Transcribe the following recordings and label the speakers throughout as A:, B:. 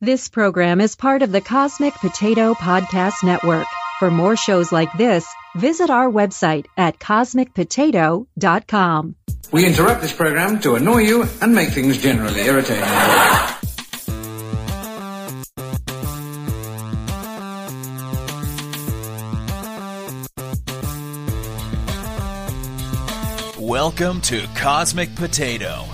A: This program is part of the Cosmic Potato Podcast Network. For more shows like this, visit our website at cosmicpotato.com.
B: We interrupt this program to annoy you and make things generally irritating.
C: Welcome to Cosmic Potato,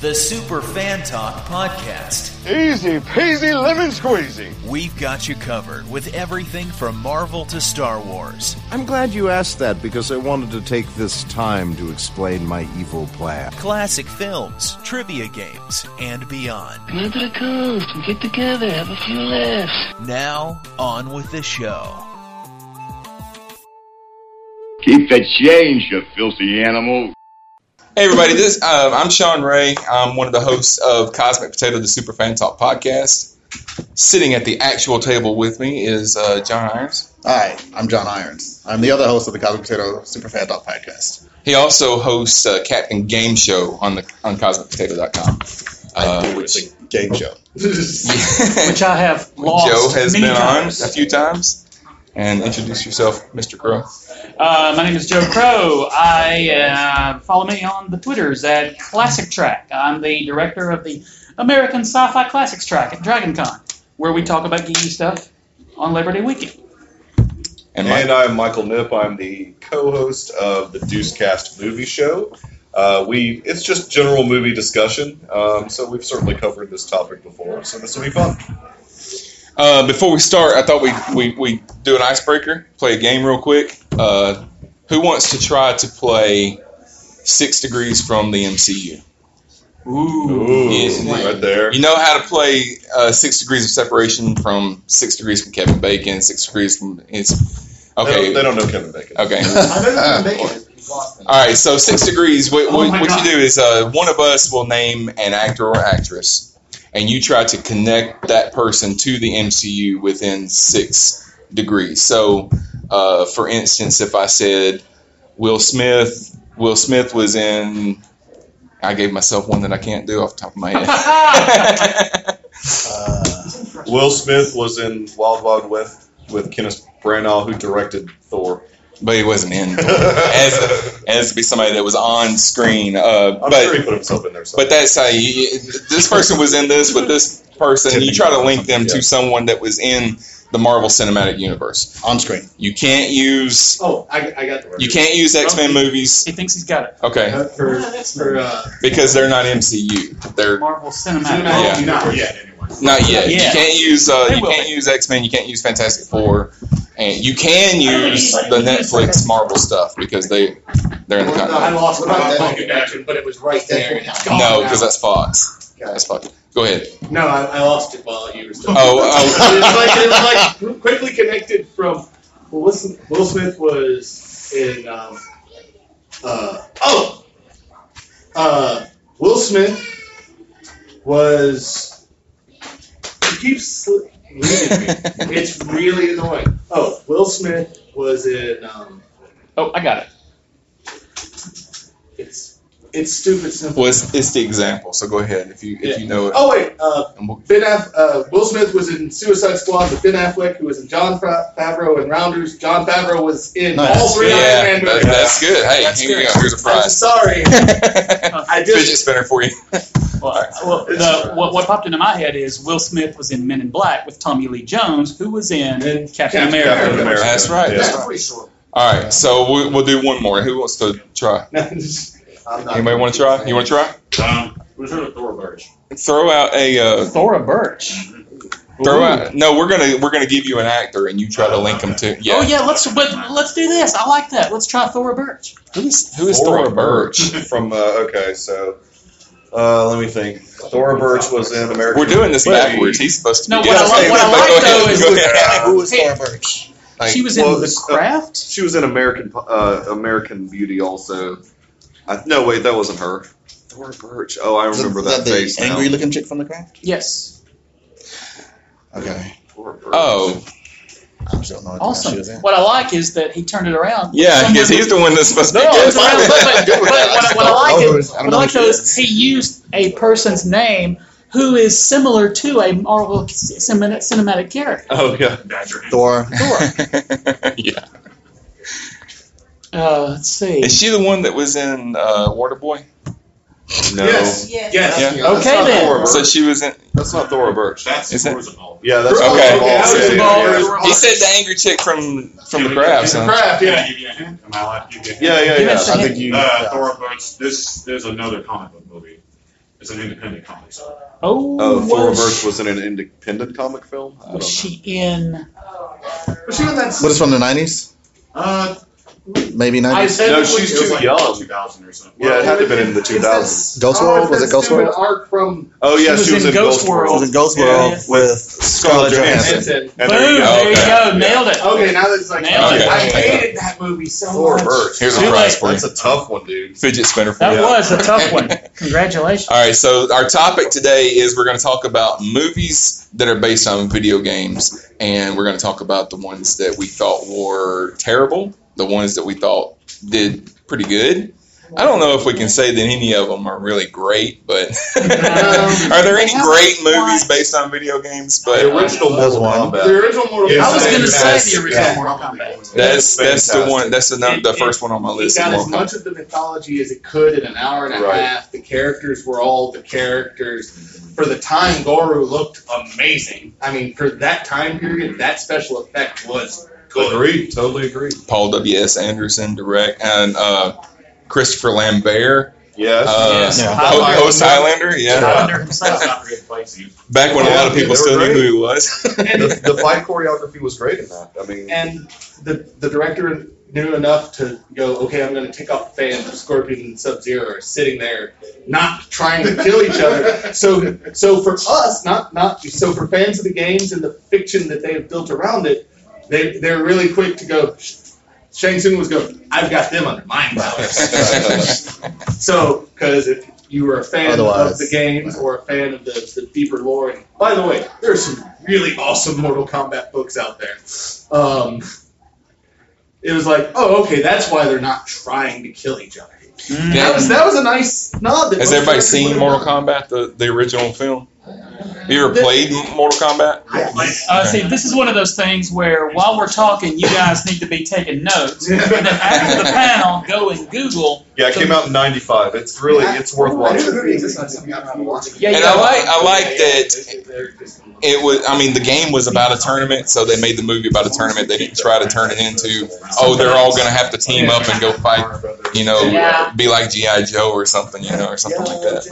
C: the Super Fan Talk podcast.
D: Easy peasy lemon squeezy.
C: We've got you covered with everything from Marvel to Star Wars.
E: I'm glad you asked that because I wanted to take this time to explain my evil plan.
C: classic films, trivia games, and beyond.
F: Come to the coast and get together, have a few laughs.
C: Now, on with the show.
D: Keep the change, you filthy animal.
G: Hey everybody, this um, I'm Sean Ray. I'm one of the hosts of Cosmic Potato, the Super Fan Talk podcast. Sitting at the actual table with me is uh, John Irons.
H: Hi, I'm John Irons. I'm the other host of the Cosmic Potato Superfan Talk Podcast.
G: He also hosts uh, Captain Game Show on the on CosmicPotato.com. Uh, which
H: It's a game show.
I: which I have lost
G: Joe has
I: many
G: been
I: times.
G: on a few times. And introduce yourself, Mr. Crow.
I: Uh, my name is Joe Crow. I uh, follow me on the Twitters at Classic Track. I'm the director of the American Sci-Fi Classics Track at Dragon Con, where we talk about geeky stuff on Labor Day weekend.
G: And Mike.
J: And I'm Michael Nip. I'm the co-host of the Deucecast Movie Show. Uh, we it's just general movie discussion, um, so we've certainly covered this topic before, so this will be fun.
G: Uh, before we start, I thought we we we do an icebreaker, play a game real quick. Uh, who wants to try to play Six Degrees from the MCU?
J: Ooh,
G: Yeah.
J: right there.
G: You know how to play uh, Six Degrees of Separation from Six Degrees from Kevin Bacon, Six Degrees from it's okay.
J: They, don't, they don't know Kevin Bacon.
G: Okay. All right. So six degrees. What,
I: Oh
G: what,
I: my
G: what you
I: God.
G: do is uh, one of us will name an actor or actress, and you try to connect that person to the MCU within six degrees. So, uh, for instance, if I said Will Smith, Will Smith was in. I gave myself one that I can't do off the top of my
I: Ah!
G: head.
J: Will Smith was in Wild Wild West with Kenneth Branagh, who directed Thor.
G: but he wasn't in. As as to be somebody that was on screen. Uh,
J: I'm
G: but
J: sure he put himself in there.
G: But
J: Somewhere.
G: that's how you. This person was in this with this person. You try to link them to someone that was in the Marvel Cinematic Universe.
H: On screen.
G: You can't use.
H: Oh, I, I got the
G: You can't use X Men movies.
I: He thinks he's got it.
G: Okay,
H: for, for uh,
G: because they're not MCU. They're
I: Marvel Cinematic.
G: Yeah.
H: not, not yet anyway.
G: not yet. You
I: Yeah.
G: can't use. Uh,
I: They
G: you
I: will
G: can't
I: be.
G: use X Men. You can't use Fantastic Four. And you can use the Netflix Marvel stuff because they they're in the
H: I
G: contract.
H: lost my that connection, but it was right there.
G: No, because that's Fox. That's Fox. Go ahead.
H: no, I, I lost it while you were still.
G: Oh, oh.
H: it was like it was like
K: quickly connected from well, listen, Will Smith was in um, uh, oh uh, Will Smith was he keeps sl- leaving me. It's really annoying. Oh, Will Smith was in um,
I: Oh, I got it.
K: it's it's stupid simple.
G: Well, it's, it's the example. So go ahead if you if you know it.
K: Oh wait, uh,
G: And we'll-
K: Ben Aff- uh, Will Smith was in Suicide Squad with Ben Affleck, who was in John Fa- Favreau and Rounders. John Favreau was in all three
G: Yeah,
K: Iron
G: that,
K: Man movies.
G: that's good. Hey,
K: That's
G: here you
K: good.
G: go. Here's a
K: I'm
G: prize.
K: sorry. I
G: Fidget
K: just
G: spinner for you.
I: Well, well, the, what, what popped into my head is Will Smith was in Men in Black with Tommy Lee Jones, who was in Captain, America.
J: Captain America.
G: That's right.
J: Yeah.
K: pretty sure.
G: All right, so we, we'll do one more. Who wants to try?
K: I'm not-
G: Anybody want to try? You want to try?
K: Um,
H: Who's her Thor Birch?
G: Throw out a uh,
I: Thora Birch.
G: throw out. No, we're gonna we're gonna give you an actor, and you try to link them to. Yeah.
I: Oh yeah, let's but let's do this. I like that. Let's try Thora Birch.
G: Who is who is
J: Thora
G: Thora Birch?
J: From uh, okay, so uh, let me think. Thora Birch was in American.
G: We're doing this
J: Beauty.
G: backwards. He's supposed to.
I: No,
G: be
I: what I
G: Yeah,
I: like-
G: okay,
I: what I
G: but
I: like,
G: go ahead,
I: though, is-
G: go ahead.
H: Who was Thor Birch?
G: Like,
I: she was
J: well,
I: in The
J: this- uh,
I: Craft.
J: She was in American uh, American Beauty also. I, no, wait, that wasn't her. Thora Birch. Oh, I remember that,
H: the
J: face
H: angry
J: now.
H: looking chick from the craft?
I: Yes.
H: Okay.
J: Thora Birch.
G: Oh
H: I still don't know what
I: Awesome.
H: Oh, she was in.
I: What I like is that he turned it around.
G: yeah,
I: Someone-
G: because he's the one that's supposed
I: No,
G: to.
I: no,
G: be
I: it's around, but, but, but what, I- what I like
H: Oh,
I: is
H: I don't know who
I: what I like
H: it
I: is
H: is. I don't
I: what
H: know
I: I like
H: who
I: though
H: she
I: is he used a person's name who is similar to a Marvel cinem- cinematic character.
J: Oh yeah,
H: Thor.
G: yeah.
I: Uh, let's see.
G: Is she the one that was in uh, Waterboy? No.
K: Yes.
L: Yes.
K: Yes.
G: Yeah.
I: Okay, then.
G: So she was in.
J: That's not Thora Birch.
K: That's
G: Is that-
K: plausible.
J: Yeah, that's
G: Okay.
J: Thora Birch.
G: Okay,
K: that was
J: Yeah,
K: involved.
J: yeah, yeah.
G: He said the angry chick from from the crabs.
K: The
G: Huh?
K: craft, yeah.
L: Am I allowed to give you a hint?
J: Yeah, yeah,
I: Give
J: yeah.
I: us a
J: I
I: hint.
J: think you.
L: Uh, Thor Birch, this, there's another comic book movie. It's an independent comic. So.
I: Oh,
J: Oh, Thora
I: was,
J: Birch was in an independent comic film. I don't
I: was
J: know.
I: she in?
K: Was she on that?
H: What is from the 90s?
L: Uh,
H: Maybe 90s?
K: I said
J: No, she's
L: it was
J: too
L: like
J: young.
L: 2000 or something.
J: Yeah, it had to have been in the
K: It's that
J: 2000s.
H: Ghost
K: oh,
H: World?
K: it's
H: Was
K: that
H: it Ghost
K: stupid
H: World?
K: Arc from
J: Oh yeah,
I: She was in Ghost World.
H: It was in Ghost World
I: Yeah.
H: with Scarlett Johansson.
K: Hanson.
J: And
I: Boom!
J: there you go.
I: There you
G: Okay.
I: go. Nailed it.
K: Okay, now that's like
I: Nailed
G: it.
K: I hated that movie so
J: Thor
K: much.
J: Birch.
G: Here's a
I: Too
G: prize
I: late.
G: for you.
J: That's a tough one, dude.
G: Fidget spinner. For
I: That
G: you.
I: was a tough one. Congratulations.
G: All right, so our topic today is we're going to talk about movies that are based on video games, and we're going to talk about the ones that we thought were terrible, the ones that we thought did pretty good. I don't know if we can say that any of them are really great, but are there any great movies based on video games?
J: The
G: But
J: original
H: That's
J: Mortal
H: one.
J: Kombat.
K: The original Mortal
J: Yeah,
I: I was going to say
J: Fantastic.
I: the original
J: Yeah.
I: Mortal Kombat.
G: that's that's the
J: Fantastic.
G: one that's the, num- the first one on my
K: It
G: list.
K: got as
G: Mortal Kombat.
K: much of the mythology as it could in an hour and a
J: Right.
K: half. The characters were all the characters. For the time, Goru looked amazing. I mean, for that time period, that special effect was good.
J: Agreed. Totally agreed.
G: Paul W S Anderson direct and uh, Christopher Lambert,
J: Yes.
G: uh,
I: Yes.
G: Ho- host Highlander, yeah.
I: Highlander himself.
G: Back when a lot of people still knew who he was.
J: the, the fight choreography was great in that. I mean,
K: And the, the director knew enough to go, okay, I'm going to take off the fans. Scorpion and Sub Zero are sitting there, not trying to kill each other. So, so for us, not not so for fans of the games and the fiction that they have built around it, they they're really quick to go. "Sh- Shang Tsung was going, I've got them under my powers. so, because if you were a fan
H: Otherwise.
K: of the games or a fan of the, the deeper lore, and by the way, there are some really awesome Mortal Kombat books out there. Um, it was like, oh, okay, that's why they're not trying to kill each other.
G: Mm.
K: That was that was a nice nod. That
G: Has
K: most
G: everybody
K: directors
G: seen
K: would've
G: Mortal
K: done.
G: Kombat, the, the original film? You ever played Mortal Kombat?
I: Uh, see, this is one of those things where while we're talking, you guys need to be taking notes. And then after the panel, go and Google.
J: yeah, it came out in '95. It's really, it's worth
K: I knew the
J: watching.
K: movie existed, I just forgot to watch it.
I: Yeah,
G: And
I: yeah.
G: I like I like that
K: that.
G: it was. I mean, the game was about a tournament, so they made the movie about a tournament. They didn't try to turn it into oh, they're all gonna have to team up and go fight. You know,
L: Yeah.
G: be like GI Joe or something. You know, or something like that.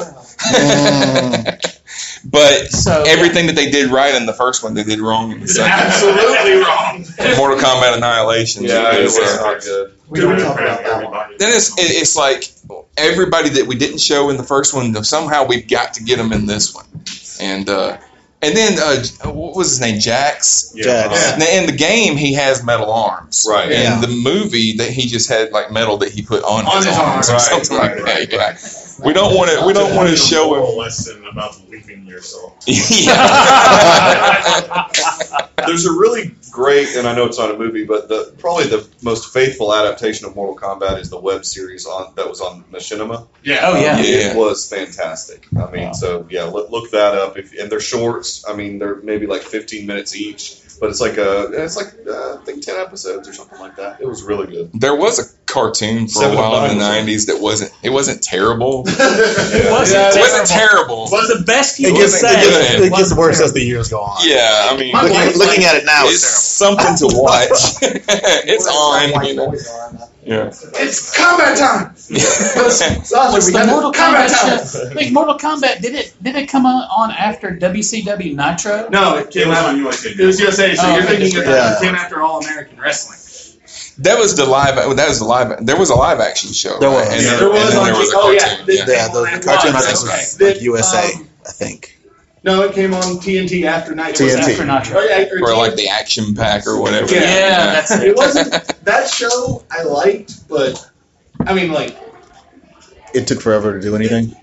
H: Mm.
G: But
I: So
G: everything that they did right in the first one, they did wrong in the second.
K: Absolutely wrong.
G: Mortal Kombat Annihilation.
J: Yeah, it
G: is,
J: was
G: uh,
J: not good.
K: We don't talk about that one.
G: Then it's it, it's like everybody that we didn't show in the first one somehow we've got to get them in this one, and uh, and then uh, J- what was his name Jax?
H: Jax.
G: Now, In the game, he has metal arms.
J: Right.
G: In
H: Yeah.
G: the movie, that he just had like metal that he put on,
K: On
G: his,
K: his
G: arms,
K: arms.
G: or
J: Right,
G: something
J: right,
G: like that. Yeah. We don't want to. We don't want to show him.
L: lesson about believing yourself.
G: yeah.
J: There's a really great, and I know it's not a movie, but the probably the most faithful adaptation of Mortal Kombat is the web series on that was on Machinima.
K: Yeah.
I: Oh yeah.
G: Yeah.
J: It was fantastic. I mean, so yeah, look, look that up. If and they're shorts. I mean, they're maybe like 15 minutes each, but it's like a it's like uh, I think 10 episodes or something like that. It was really good.
G: There was a cartoon for
J: Seven
G: a
J: of
G: while in the
J: Nine.
G: '90s that wasn't. It wasn't terrible.
I: It wasn't
K: Yeah,
G: It
I: terrible.
G: wasn't terrible.
I: Was the best you
G: It
I: could
G: gets-
I: say.
G: it gets- it
I: It wasn't terrible.
H: the years go on.
G: Yeah, I mean,
K: My
H: Looking,
K: wife's
H: looking
K: like-
H: at it now,
G: it's something to watch. it's on. You know. Yeah.
K: It's combat time. Sasha,
I: Was
K: we
I: Oh, the
K: got
I: Mortal Kombat
K: combat time.
I: show? Wait, Mortal Kombat did it? Did it come on on after WCW Nitro?
K: No, it came out.
L: USA.
K: It was USA. So
I: Oh,
K: you're
I: okay.
K: thinking that
H: Yeah.
K: it came after All American Wrestling.
G: that was the live. That was the live. There was a live action show.
H: There
G: right?
H: was.
G: And
H: Yeah,
G: then,
K: there
G: and
K: was
G: then
K: on
G: there was a
K: G- oh, yeah,
G: cartoon.
K: they-
G: yeah.
H: yeah, the
K: It
H: cartoon I
K: was,
H: think was
K: okay.
H: like USA,
I: Um,
H: I think.
K: No, it came on TNT after Nitro.
I: It was
H: TNT.
I: after Nitro.
K: Or, yeah, or
G: Or like
K: TNT.
G: the action pack or whatever.
K: Yeah.
I: Yeah, that's
K: it wasn't that show I liked, but I mean, like,
H: It took forever to do anything.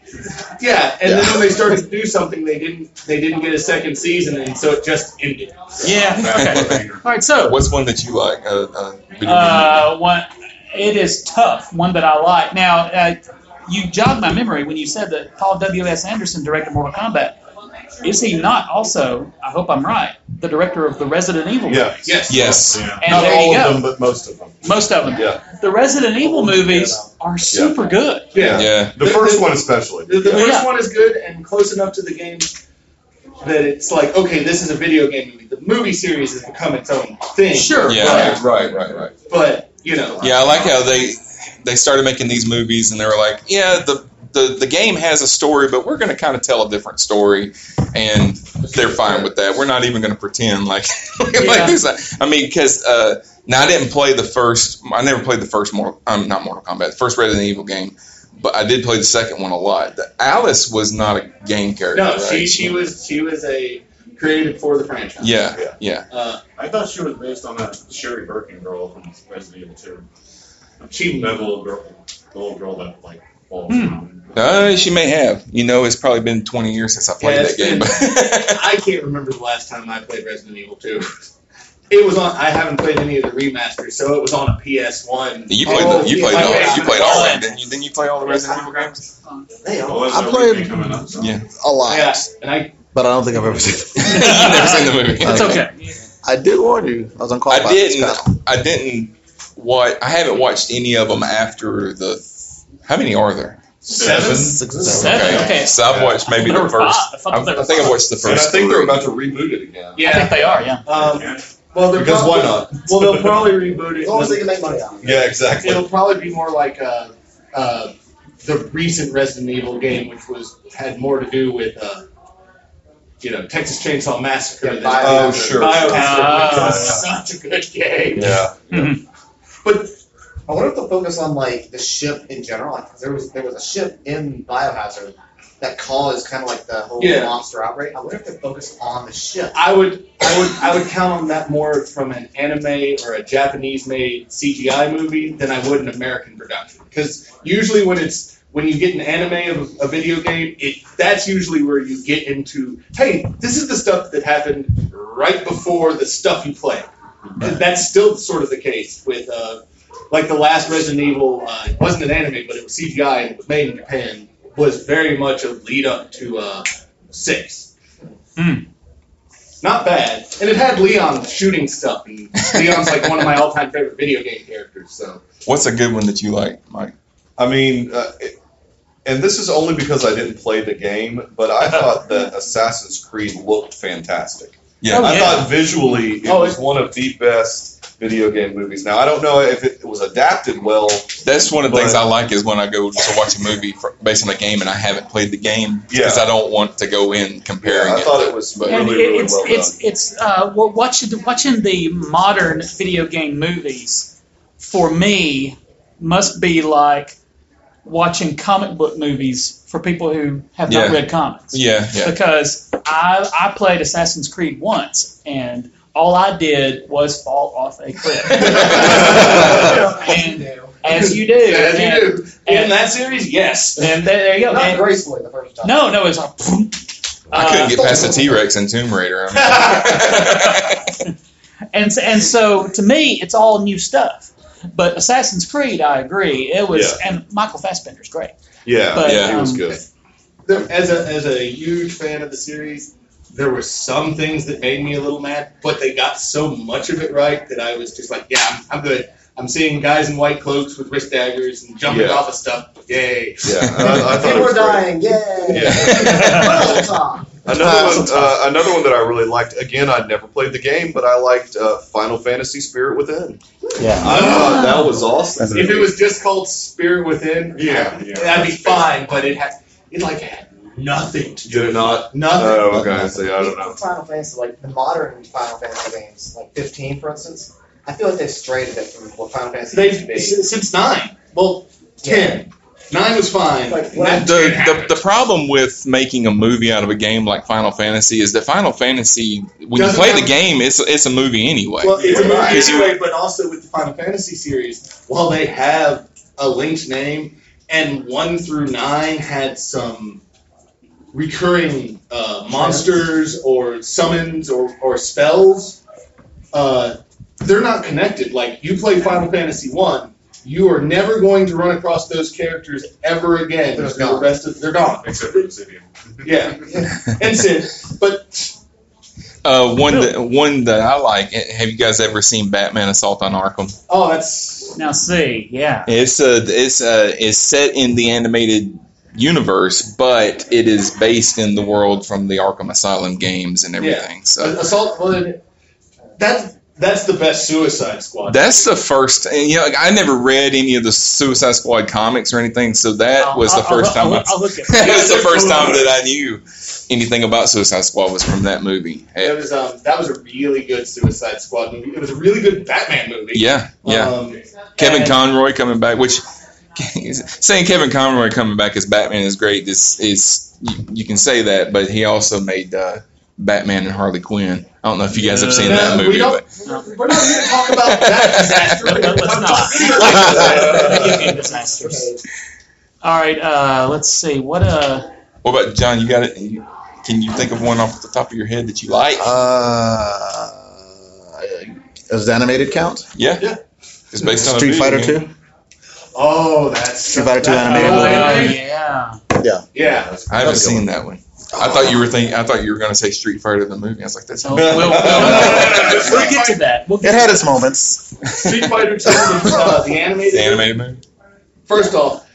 K: yeah. And then
H: Yeah.
K: when they started to do something, they didn't. They didn't get a second season, and so it just ended.
I: Yeah. Okay. All right. So
G: What's one that you like? Uh, uh, video game?
I: Uh, one, it is tough. One that I like. Now, uh, you jogged my memory when you said that Paul W. S. Anderson directed Mortal Kombat. Is he not also? I hope I'm right. The director of the Resident Evil.
J: Yeah.
I: movies?
J: Yes.
G: Yes.
I: And
J: Not
I: there
J: all
I: you go.
J: of them, but most of them.
I: Most of them.
J: Yeah.
I: The Resident Evil movies are super good.
J: Yeah.
G: Yeah.
J: The first one especially.
K: The, the
J: Yeah.
K: first
I: Yeah.
K: one is good and close enough to the game that it's like, okay, this is a video game movie. The movie series has become its own thing.
I: Sure.
G: Yeah. Right. Right. Right.
K: But, you know.
G: Yeah, I like how they they started making these movies and they were like, yeah, the the, the game has a story, but we're going to kind of tell a different story, and they're fine with that. We're not even going to pretend like, like
I: Yeah.
G: there's a, I mean, because uh, now I didn't play the first. I never played the first Mortal. Um, not Mortal Kombat. The first Resident Evil game, but I did play the second one a lot. The Alice was not a game character.
K: No,
G: right?
K: she, she was she was a created for the franchise.
G: Yeah,
J: Yeah.
G: yeah.
K: Uh,
L: I thought she was based on that Sherry Birkin girl from Resident Evil 2. She that little girl, the little girl that like falls
I: Hmm.
L: down.
G: Uh, she may have. You know, it's probably been 20 years since I played
K: Yeah,
G: that
K: it's
G: game.
K: been-
G: But
K: I can't remember the last time I played Resident Evil 2. It was on. I haven't played any of the remasters, so it was on a PS One.
G: You played
K: Oh,
G: the, you
K: yeah,
G: played
K: I
G: all
K: played
G: you
K: on
G: played
K: the
G: all of
K: one.
G: them, didn't you? Didn't you play all the Resident Evil games?
K: They all-
L: Well,
E: I
L: there's a
E: played-
L: remake coming up, so.
G: Yeah.
E: a lot,
K: Yeah, and I
E: but I don't think I've ever seen.
G: You've never seen the movie.
I: It's
E: Okay.
I: okay.
E: I did warn you. I was unqualified.
G: I
E: for this
G: didn't. I didn't. What I haven't watched any of them after the. How many are there?
K: seven.
E: Six,
I: Seven. Okay.
G: So I've watched maybe
I: There
G: the
I: were
G: first.
I: five. I thought
G: I,
I: there were
G: I think I've watched the
J: And I
G: first.
J: think they're
G: three.
J: about to reboot it again.
I: I think
K: Yeah.
I: they are. Yeah.
K: Um, well, they're
J: Because why
K: probably,
J: not?
K: Well, they'll probably reboot it.
E: make money on.
J: Yeah, exactly.
K: It'll probably be more like uh, uh, the recent Resident Evil game, which was had more to do with uh, you know Texas Chainsaw Massacre. than-
J: Bio- Oh, sure.
K: Bio-
I: Ah.
K: such a good game.
J: Yeah.
I: Hmm.
K: But
M: I wonder if they'll focus on like the ship in general. Like, 'cause there was there was a ship in Biohazard that caused kind of like the whole
K: Yeah.
M: monster outbreak. I wonder if they focus on the ship.
K: I would, I would, I would count on that more from an anime or a Japanese-made CGI movie than I would an American production. Because usually, when it's when you get an anime of a video game, it that's usually where you get into, hey, this is the stuff that happened right before the stuff you play. And that's still sort of the case with, uh, like the last Resident Evil. Uh, it wasn't an anime, but it was CGI and it was made in Japan. Was very much a lead up to uh, six.
I: Hmm.
K: Not bad. And it had Leon shooting stuff, and Leon's like one of my all time favorite video game characters, so.
G: What's a good one that you like, Mike?
J: I mean, uh, it, and this is only because I didn't play the game, but I thought that Assassin's Creed looked fantastic.
G: Yeah.
J: I
I: yeah.
J: thought visually it
K: Oh,
J: was one of the best video game movies. Now I don't know if it, was adapted well.
G: That's one of the things
J: But-
G: I like is when I go to watch a movie for, based on a game and I haven't played the game because
J: Yeah.
G: I don't want to go in comparing.
J: Yeah, I thought
G: to-
J: it was
G: but-
I: And
J: really, really
I: it's
J: well
I: it's it's uh, well, watching the, watching the modern video game movies for me must be like watching comic book movies for people who have
G: Yeah.
I: not read comics.
G: yeah, yeah.
I: Because I I played Assassin's Creed once and all I did was fall off a cliff. and as you do,
K: As you
I: and,
K: do. In
I: and-
K: that series, yes.
I: and there, there you go.
M: Not
I: And-
M: gracefully the first
J: Uh,
M: time.
I: no, no, it's like,
G: I
I: Uh,
G: couldn't get past the T Rex and Tomb Raider. I mean.
I: And s- and so to me, it's all new stuff. But Assassin's Creed, I agree, it was, and Michael Fassbender's great.
J: Yeah,
I: But,
J: yeah, it was
I: um,
J: good.
K: There- as, a, as a huge fan of the series, there were some things that made me a little mad, but they got so much of it right that I was just like, yeah, I'm, I'm good. I'm seeing guys in white cloaks with wrist daggers and jumping
J: Yeah.
K: off of stuff. Yay.
J: Yeah, I, I thought it
M: People
J: was great.
M: are dying. Yay!
J: Yeah.
M: Well, Tom.
J: Another one, uh, another one that I really liked. Again, I'd never played the game, but I liked uh, Final Fantasy Spirit Within.
E: Yeah.
J: I thought that was awesome.
K: If it was just called Spirit Within,
J: Yeah,
L: yeah.
K: that'd be fine, but it had, it like had nothing to do.
J: did it not?
K: Nothing.
J: Oh, okay. See, I don't know.
M: Final Fantasy, like the modern Final Fantasy games, like 15, for instance. I feel like they've strayed a bit from what Final Fantasy
K: They've
M: used to be.
K: since since nine. Well,
M: Yeah.
K: ten. Nine was fine.
M: Like,
K: And that shit
G: the,
K: happened.
G: the, the problem with making a movie out of a game like Final Fantasy is that Final Fantasy, when you
K: Doesn't
G: play
K: have-
G: the game, it's it's a movie anyway.
K: well, it's a movie
J: Right.
K: anyway, but also with the Final Fantasy series, while they have a linked name, and one through nine had some recurring uh, monsters or summons or, or spells. Uh, they're not connected. Like you play Final Fantasy one, You are never going to run across those characters ever again.
M: They're
K: for the
M: gone.
K: rest of- they're gone.
L: Except for Obsidian.
K: Yeah. and Sid. But
G: Uh, one that one that I like. eh, Have you guys ever seen Batman Assault on Arkham?
K: oh, that's
I: Now see, yeah.
G: It's a it's a it's set in the animated universe, but it is based in the world from the Arkham Asylum games and everything. So
K: assault. Well, then, that that's the best Suicide Squad.
G: that's the first. And you know, I never read any of the Suicide Squad comics or anything, so that was the
I: I'll-
G: 1st
I: I'll-
G: time. I-
I: I'll, I'll look at
G: That was the first time that I knew anything about Suicide Squad was from that movie.
K: That was um, that was a really good Suicide Squad movie. It was a really good Batman movie.
G: Yeah, yeah.
K: Um,
G: Kevin
K: and-
G: Conroy coming back, which saying Kevin Conroy coming back as Batman is great. This is you, you can say that, but he also made uh, Batman and Harley Quinn. I don't know if you guys have seen
K: No,
G: that
K: Uh, we
G: movie,
K: don't-
G: but
K: We're not here to talk about that disaster.
I: Let- let- Let's not. Disasters. All right, uh, let's see. What uh
G: what about John? You got it? You- Can you think of one off the top of your head that you like?
H: Uh, does animated count?
G: yeah,
K: yeah.
G: It's based on a
H: Street
G: video
H: Fighter
G: game.
H: Two.
K: Oh, that's
H: Street Fighter Two
K: that-
H: animated.
K: oh,
I: Oh,
K: yeah.
I: yeah.
H: yeah.
K: Yeah.
G: I haven't seen that one. I thought you were thinking. I thought you were going to say Street Fighter the movie. I was like, that's
I: Oh, we'll, we'll, we'll get to that. We'll
H: It
I: get
H: had its moments.
K: Street Fighter Two, uh, the
G: the
K: animated.
G: animated movie.
K: First off,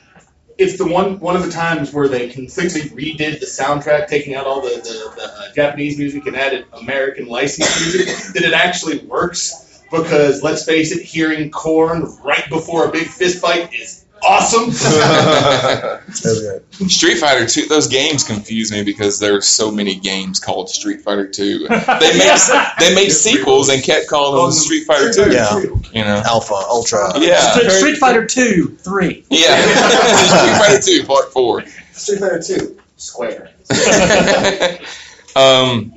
K: it's the one one of the times where they completely redid the soundtrack, taking out all the, the, the uh, Japanese music and added American licensed music, that it actually works. Because let's face it, hearing corn right before a big fist fight is awesome.
G: Street Fighter Two. Those games confuse me because there are so many games called Street Fighter Two. They make they make sequels and kept calling them Street Fighter Two.
H: Yeah.
G: You know.
H: Alpha, Ultra.
G: Yeah.
I: Street, Street Fighter Two, three.
G: Yeah. Street Fighter Two Part Four.
M: Street Fighter Two, Square.
G: um.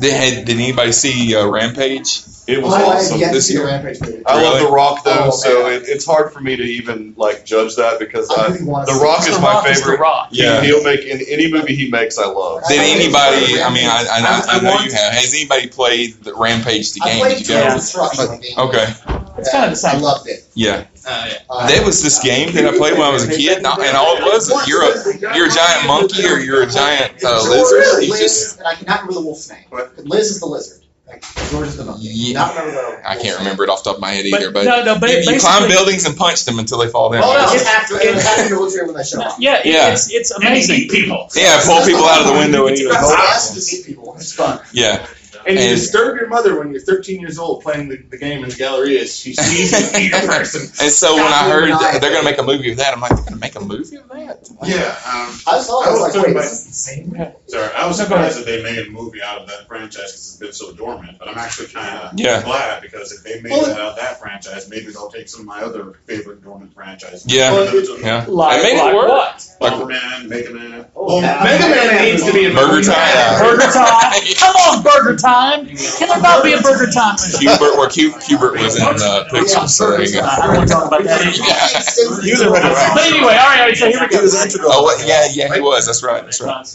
G: Did, had- did anybody see uh, Rampage?
J: It was
M: I like
J: awesome.
M: yet to
G: this
M: see a
G: year.
M: Rampage movie.
K: Uh,
J: I love
G: Really?
J: The Rock though,
M: Oh,
J: so
M: man.
J: it, it's hard for me to even like judge that because
M: I
J: I,
M: really wanna
J: The
M: see
J: Rock
I: The
J: is my
I: Rock is The
J: favorite.
I: Rock.
J: He,
G: Yeah.
J: He'll make in any movie he makes. I love.
G: Did anybody? I mean, I, I, know-
I: I- I
G: I know
I: want-
G: you have. Has anybody played the Rampage the
M: I
G: game?
M: played
G: Did you
M: Total
G: ever-
M: Destruction. on Game
G: Okay.
M: Boy.
I: It's kind of the
M: I
I: same.
M: loved it.
G: Yeah.
L: Ah,
M: Uh,
G: There was this game that I played when I was a kid, and all and all it was is you're a you're a giant monkey or you're a giant uh,
M: George,
G: lizard. You
M: Liz,
G: just
M: and I cannot remember the wolf snake. But Liz is the lizard. Like, George is the monkey.
G: Yeah.
M: Not remember the
G: I
M: wolf
G: can't
M: snake.
G: remember it off the top of my head
I: But-
G: either, but,
I: no, no, but
G: you- you,
I: basically-
G: climb buildings and punch them until they fall down.
M: Oh no,
I: It's-
M: it's after it was after the military when I showed up.
I: Yeah, it-
G: Yeah.
I: It's, it's amazing. People.
G: Yeah, pull people out of the window and
M: It's
G: eat
M: about
G: them.
M: us to see people. It's fun.
G: Yeah,
K: And you
G: And-
K: disturb your mother when you're 13 years old playing the, the game in the gallery as she sees you eat a person.
G: and so when I
M: Gotham
G: heard
M: Knight.
G: that they're gonna make a movie of that, I'm like, they're gonna make a movie of that?
L: Yeah, um,
M: I saw it. I
L: I was
M: was like,
L: talking
M: wait,
L: about-
M: this is the same.
L: sorry. I was
I: No, go
L: surprised that they made a movie out of that franchise because it's been so dormant. But I'm actually kind of
G: Yeah.
L: glad because if they made
K: Well,
L: it out of that franchise, maybe they'll take some of my other favorite dormant franchises.
G: Yeah.
L: Put those in
G: Yeah,
I: Like,
G: I made
I: like
G: it work.
I: what?
L: Bomberman, Mega Man.
M: Oh, yeah.
K: Mega Man needs to be in
G: Burger
K: Mega Man.
G: time.
I: Burger time. Come on, burger time. Can there not be a burger time? movie?
G: Hubert, where Q, Hubert was in the picture. So there you go.
I: I don't want to talk about that.
M: Yeah.
H: User went around.
I: But anyway, all right, all right, so here we go.
G: Oh, what- yeah, yeah, he was. That's right. That's right.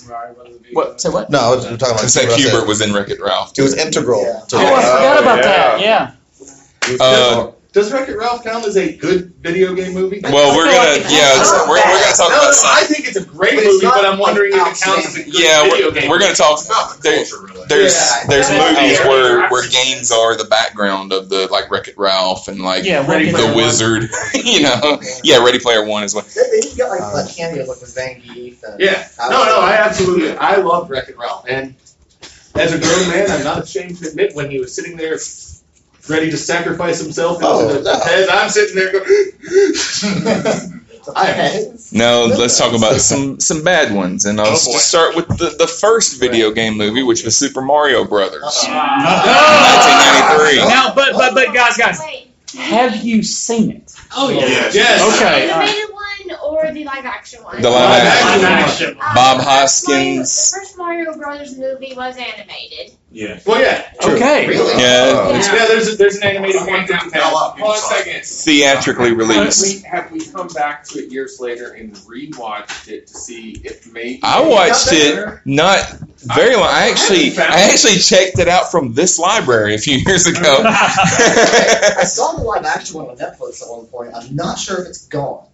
I: What? So what?
H: No, we're talking about.
G: I said
H: Russell.
G: Hubert was in Wreck It Ralph.
H: It was integral.
M: Yeah.
H: To
I: Oh, I forgot about
J: yeah.
I: that. Yeah.
G: Uh,
K: Does Wreck It Ralph count as a good video game movie?
G: well, uh, we're gonna yeah, it's- we're, we're gonna talk
K: no, no,
G: about
K: no, I
G: something.
K: think it's a great
M: But it's
K: movie,
M: not
K: but I'm wondering if
M: like
K: it counts as a good
G: Yeah,
K: video
G: we're,
K: game.
G: we're gonna talk.
L: It's about the
G: There,
L: culture, really.
G: there's
M: Yeah.
G: there's
M: Yeah.
G: movies
M: Yeah.
G: where where games are the background of the like Wreck It Ralph and like
I: Yeah, Ready
G: the
I: Player One.
G: Wizard, you know. Yeah, Ready Player One is one.
M: They, they got like, like cameos like with Zangief. And
K: yeah. No, no, I absolutely, I love Wreck It Ralph, and as a grown man, I'm not ashamed to admit when he was sitting there ready to sacrifice himself into
H: Oh,
K: the
H: no.
K: head, I'm sitting there going. I am.
G: Now let's talk about some some bad ones, and I'll
K: Oh,
G: s-
K: boy.
G: start with the the first video game movie, which was Super Mario Brothers,
M: Uh-oh.
I: Ah.
G: 1993.
I: Now, but but but guys, guys, have you seen it?
K: Oh
L: yeah.
K: Yes.
I: Okay.
N: Animated one or or the live action one?
G: The live
N: Live
G: action.
N: action.
I: uh,
G: Bob
N: the first Mario-
G: Hoskins.
N: The first Mario Brothers movie was animated.
L: Yeah.
K: Well, yeah.
I: Okay.
G: Yeah.
K: Yeah, there's, there's an animated one. that-
O: Hold on a second.
G: Theatrically released.
O: Have we, have we come back to it years later and rewatched it to see if maybe
G: Oh, I watched it not very long. I actually, I actually checked it out from this library a few years ago.
M: I saw the live action one on Netflix at one point. I'm not sure if it's gone.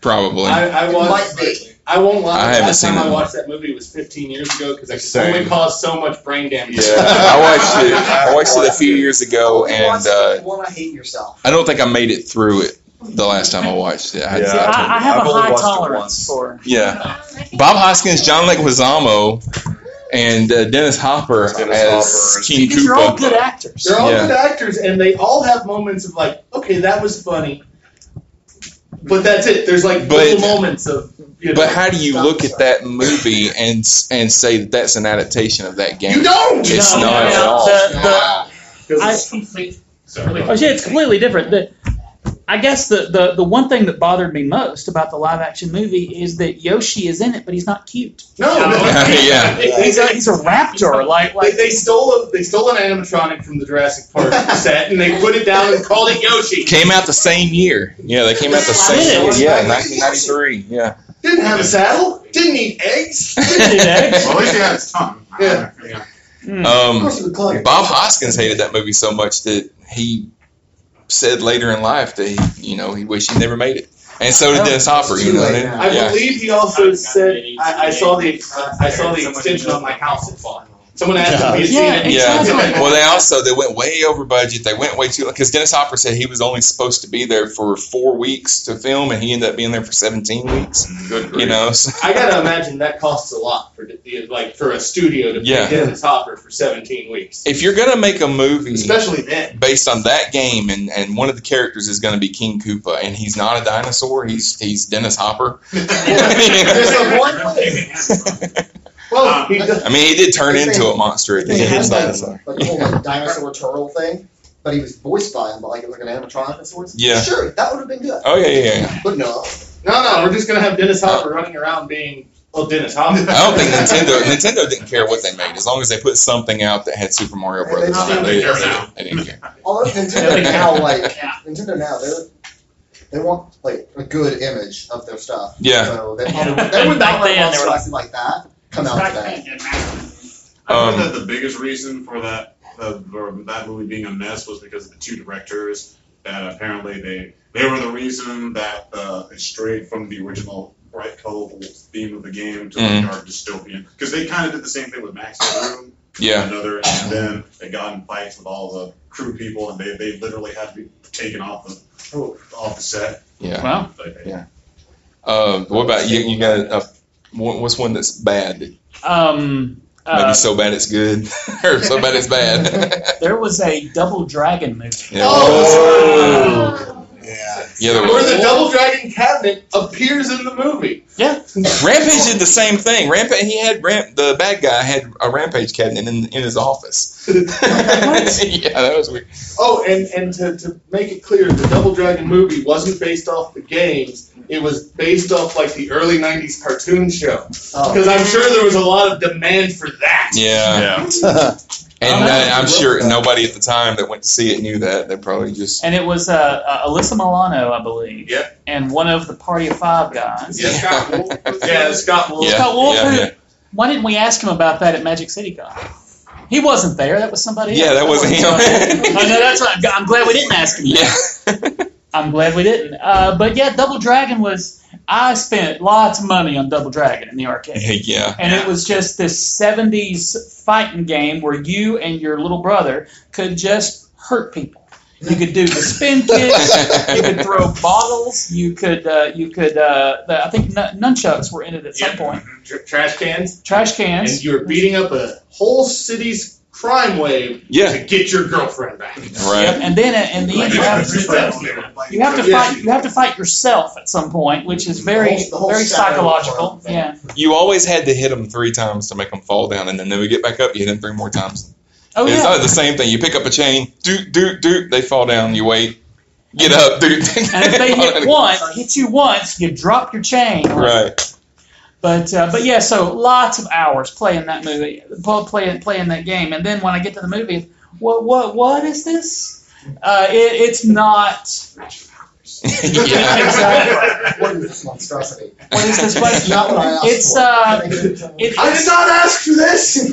G: Probably.
K: I, I
M: It
K: watched.
M: might be.
K: I won't lie.
G: I
K: the
G: haven't
K: last
G: seen
K: time
G: it.
K: I watched that movie was 15 years ago because I could
G: Same.
K: only cause so much brain damage.
G: Yeah, I watched it. I watched it a few years ago, and uh,
M: Want to hate yourself?
G: I don't think I made it through it the last time I watched it. I had
J: Yeah,
G: to-
I: I, I have
J: I've
I: a
J: only
I: high
J: watched it
I: tolerance for.
G: Yeah. Bob Hoskins, John Leguizamo, and uh, Dennis Hopper as King
I: Because you're all
G: Koopa.
I: good actors.
K: They're all
G: Yeah.
K: good actors, and they all have moments of like, okay, that was funny, but that's it. There's like
G: But-
K: little moments of. You know,
G: But how do you look at that movie and s- and say that that's an adaptation of that game?
K: You don't!
G: It's
K: No,
G: not
K: no,
G: at all.
I: The- the-
K: Because
I: complete. Oh yeah, it's completely different. The, I guess the, the the one thing that bothered me most about the live action movie is that Yoshi is in it, but he's not cute.
K: No,
G: yeah.
I: he's a he's a raptor. Like
K: They, they stole a, they stole an animatronic from the Jurassic Park set and they put it down and called it Yoshi.
G: Came out the same year. Yeah, they came out the
K: Did
G: same
K: it?
G: year. Yeah, 1993. Yeah.
K: Didn't have a saddle. Didn't eat eggs. Didn't eat eggs.
G: Well, at least he had
K: his tongue. Yeah.
I: hmm.
G: Um,
K: course it would call you.
G: Bob Hoskins hated that movie so much that he said later in life that he, you know, he wished he never made it. And so did Dennis Hopper. You know, what I mean?
K: I
G: yeah.
K: believe he also said I, I saw the uh, I saw the extension on my house at fall. Someone asked him if he had seen it.
G: Yeah. Well, they also they went way over budget. They went way too because Dennis Hopper said he was only supposed to be there for four weeks to film, and he ended up being there for seventeen weeks.
J: Good
G: You know, so,
K: I gotta imagine that costs a lot for the- like for a studio to pay
G: Yeah.
K: Dennis Hopper for 17 weeks,
G: if you're gonna make a movie
K: especially then.
G: based on that game, and, and one of the characters is gonna be King Koopa, and he's not a dinosaur. He's he's Dennis Hopper.
K: There's a one way. Well, Uh,
G: Um,
K: he does.
G: I mean, he did turn into a monster at the
M: They
G: end.
M: had
G: It's
M: that,
G: dinosaur.
M: like the whole like, dinosaur turtle thing, but he was voiced by him, but like it was like an animatronic of sorts.
G: Yeah.
M: Sure, that would have been good.
G: Oh yeah, yeah, yeah.
M: But no.
K: No, no, we're just gonna have Dennis Hopper running around being well, Dennis Hopper.
G: I don't think Nintendo Nintendo didn't care what they made as long as they put something out that had Super Mario
M: And they
G: Brothers.
M: still
G: on it. They,
M: didn't
G: they,
M: care.
G: they didn't care.
M: Although Nintendo now, like Nintendo now, they they want like a good image of their stuff.
G: Yeah.
M: So they probably they would not
I: Back
M: let
I: then, they were
M: monster like, like that come out today.
L: I
G: Um,
L: think that the biggest reason for that uh, for that movie being a mess was because of the two directors that apparently they they were the reason that uh, it strayed from the original bright colorful theme of the game to
G: Mhm.
L: like dark dystopian because they kind of did the same thing with Max Headroom.
G: Yeah.
L: another, and then they got in fights with all the crew people, and they, they literally had to be taken off the off the set.
G: Yeah.
I: Wow.
L: Like,
G: Um, what about you? You got a, what- what's one that's bad? Maybe
I: Um. Uh,
G: so bad it's good, or so bad it's bad.
I: there was a Double Dragon movie.
G: yeah.
K: Oh.
G: yeah. Yeah. There
K: Where the
G: was.
K: double dragon cabinet appears in the movie.
I: Yeah.
G: Rampage did the same thing. Rampage. He had ramp. The bad guy had a rampage cabinet in in his office. yeah, that was weird.
K: Oh, and, and to, to make it clear, the Double Dragon movie wasn't based off the games. It was based off like the early '90s cartoon show.
M: Um,
K: Because I'm sure there was a lot of demand for that.
G: Yeah.
L: yeah.
G: And
I: Oh,
G: I, I'm sure nobody at the time that went to see it knew that. They probably just.
I: And it was uh, uh, Alyssa Milano, I believe.
L: Yep.
I: And one of the Party of Five guys.
K: Yeah, Scott Wolf. was- yeah, Scott Wolf.
G: Yeah,
I: Scott Wolf,
G: yeah,
I: who-
G: yeah.
I: Why didn't we ask him about that at Magic City Con? He wasn't there. That was somebody
G: Yeah,
I: else.
G: that wasn't him.
I: Oh, I know, that's right. I'm glad we didn't ask him.
G: yeah.
I: I'm glad we didn't. Uh, but yeah, Double Dragon was. I spent lots of money on Double Dragon in the arcade.
G: Yeah.
I: And it was just this 70s fighting game where you and your little brother could just hurt people. You could do the spin kicks, you could throw bottles, you could, uh, you could. Uh, the, I think nun- nunchucks were in it at some
K: Yeah.
I: point.
K: Tr- trash cans.
I: Trash cans.
K: And you were beating up a whole city's crime wave
G: Yeah.
K: to get your girlfriend back.
I: Yep,
G: Right.
I: and then at- in the end, you have to, you have to fight. You have to fight yourself at some point, which is
M: The
I: very,
M: whole- the whole
I: very
M: shadow
I: psychological.
M: world thing.
I: Yeah.
G: You always had to hit them three times to make them fall down, and then they would get back up. You hit them three more times.
I: Oh
G: it's
I: yeah.
G: not the same thing. You pick up a chain, doot, doot, doot, they fall down. You wait, Get up, dude.
I: And if they hit one, hit you once, you drop your chain.
G: Right.
I: But uh, but yeah, so lots of hours playing that movie, pl- playing playing that game, and then when I get to the movie, what what what is this? Uh, it, it's not.
M: Exactly. What is this monstrosity?
I: What is this?
M: It's not what I asked
I: It's
M: for.
I: uh,
M: I did not ask for this.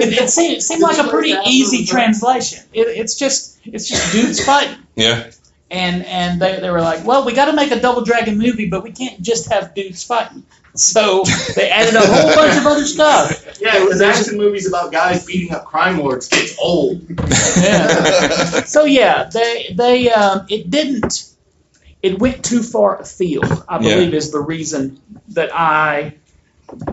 I: It, it seemed, seemed like a pretty easy translation. It, it's just it's just dudes fighting.
G: Yeah.
I: and and they, they were like, well, we got to make a Double Dragon movie, but we can't just have dudes fighting. So they added a whole bunch of other stuff.
K: Yeah, it was action movies about guys beating up crime lords. It's old.
I: Yeah. so yeah, they they um, it didn't it went too far afield. I
G: Yeah.
I: believe is the reason that I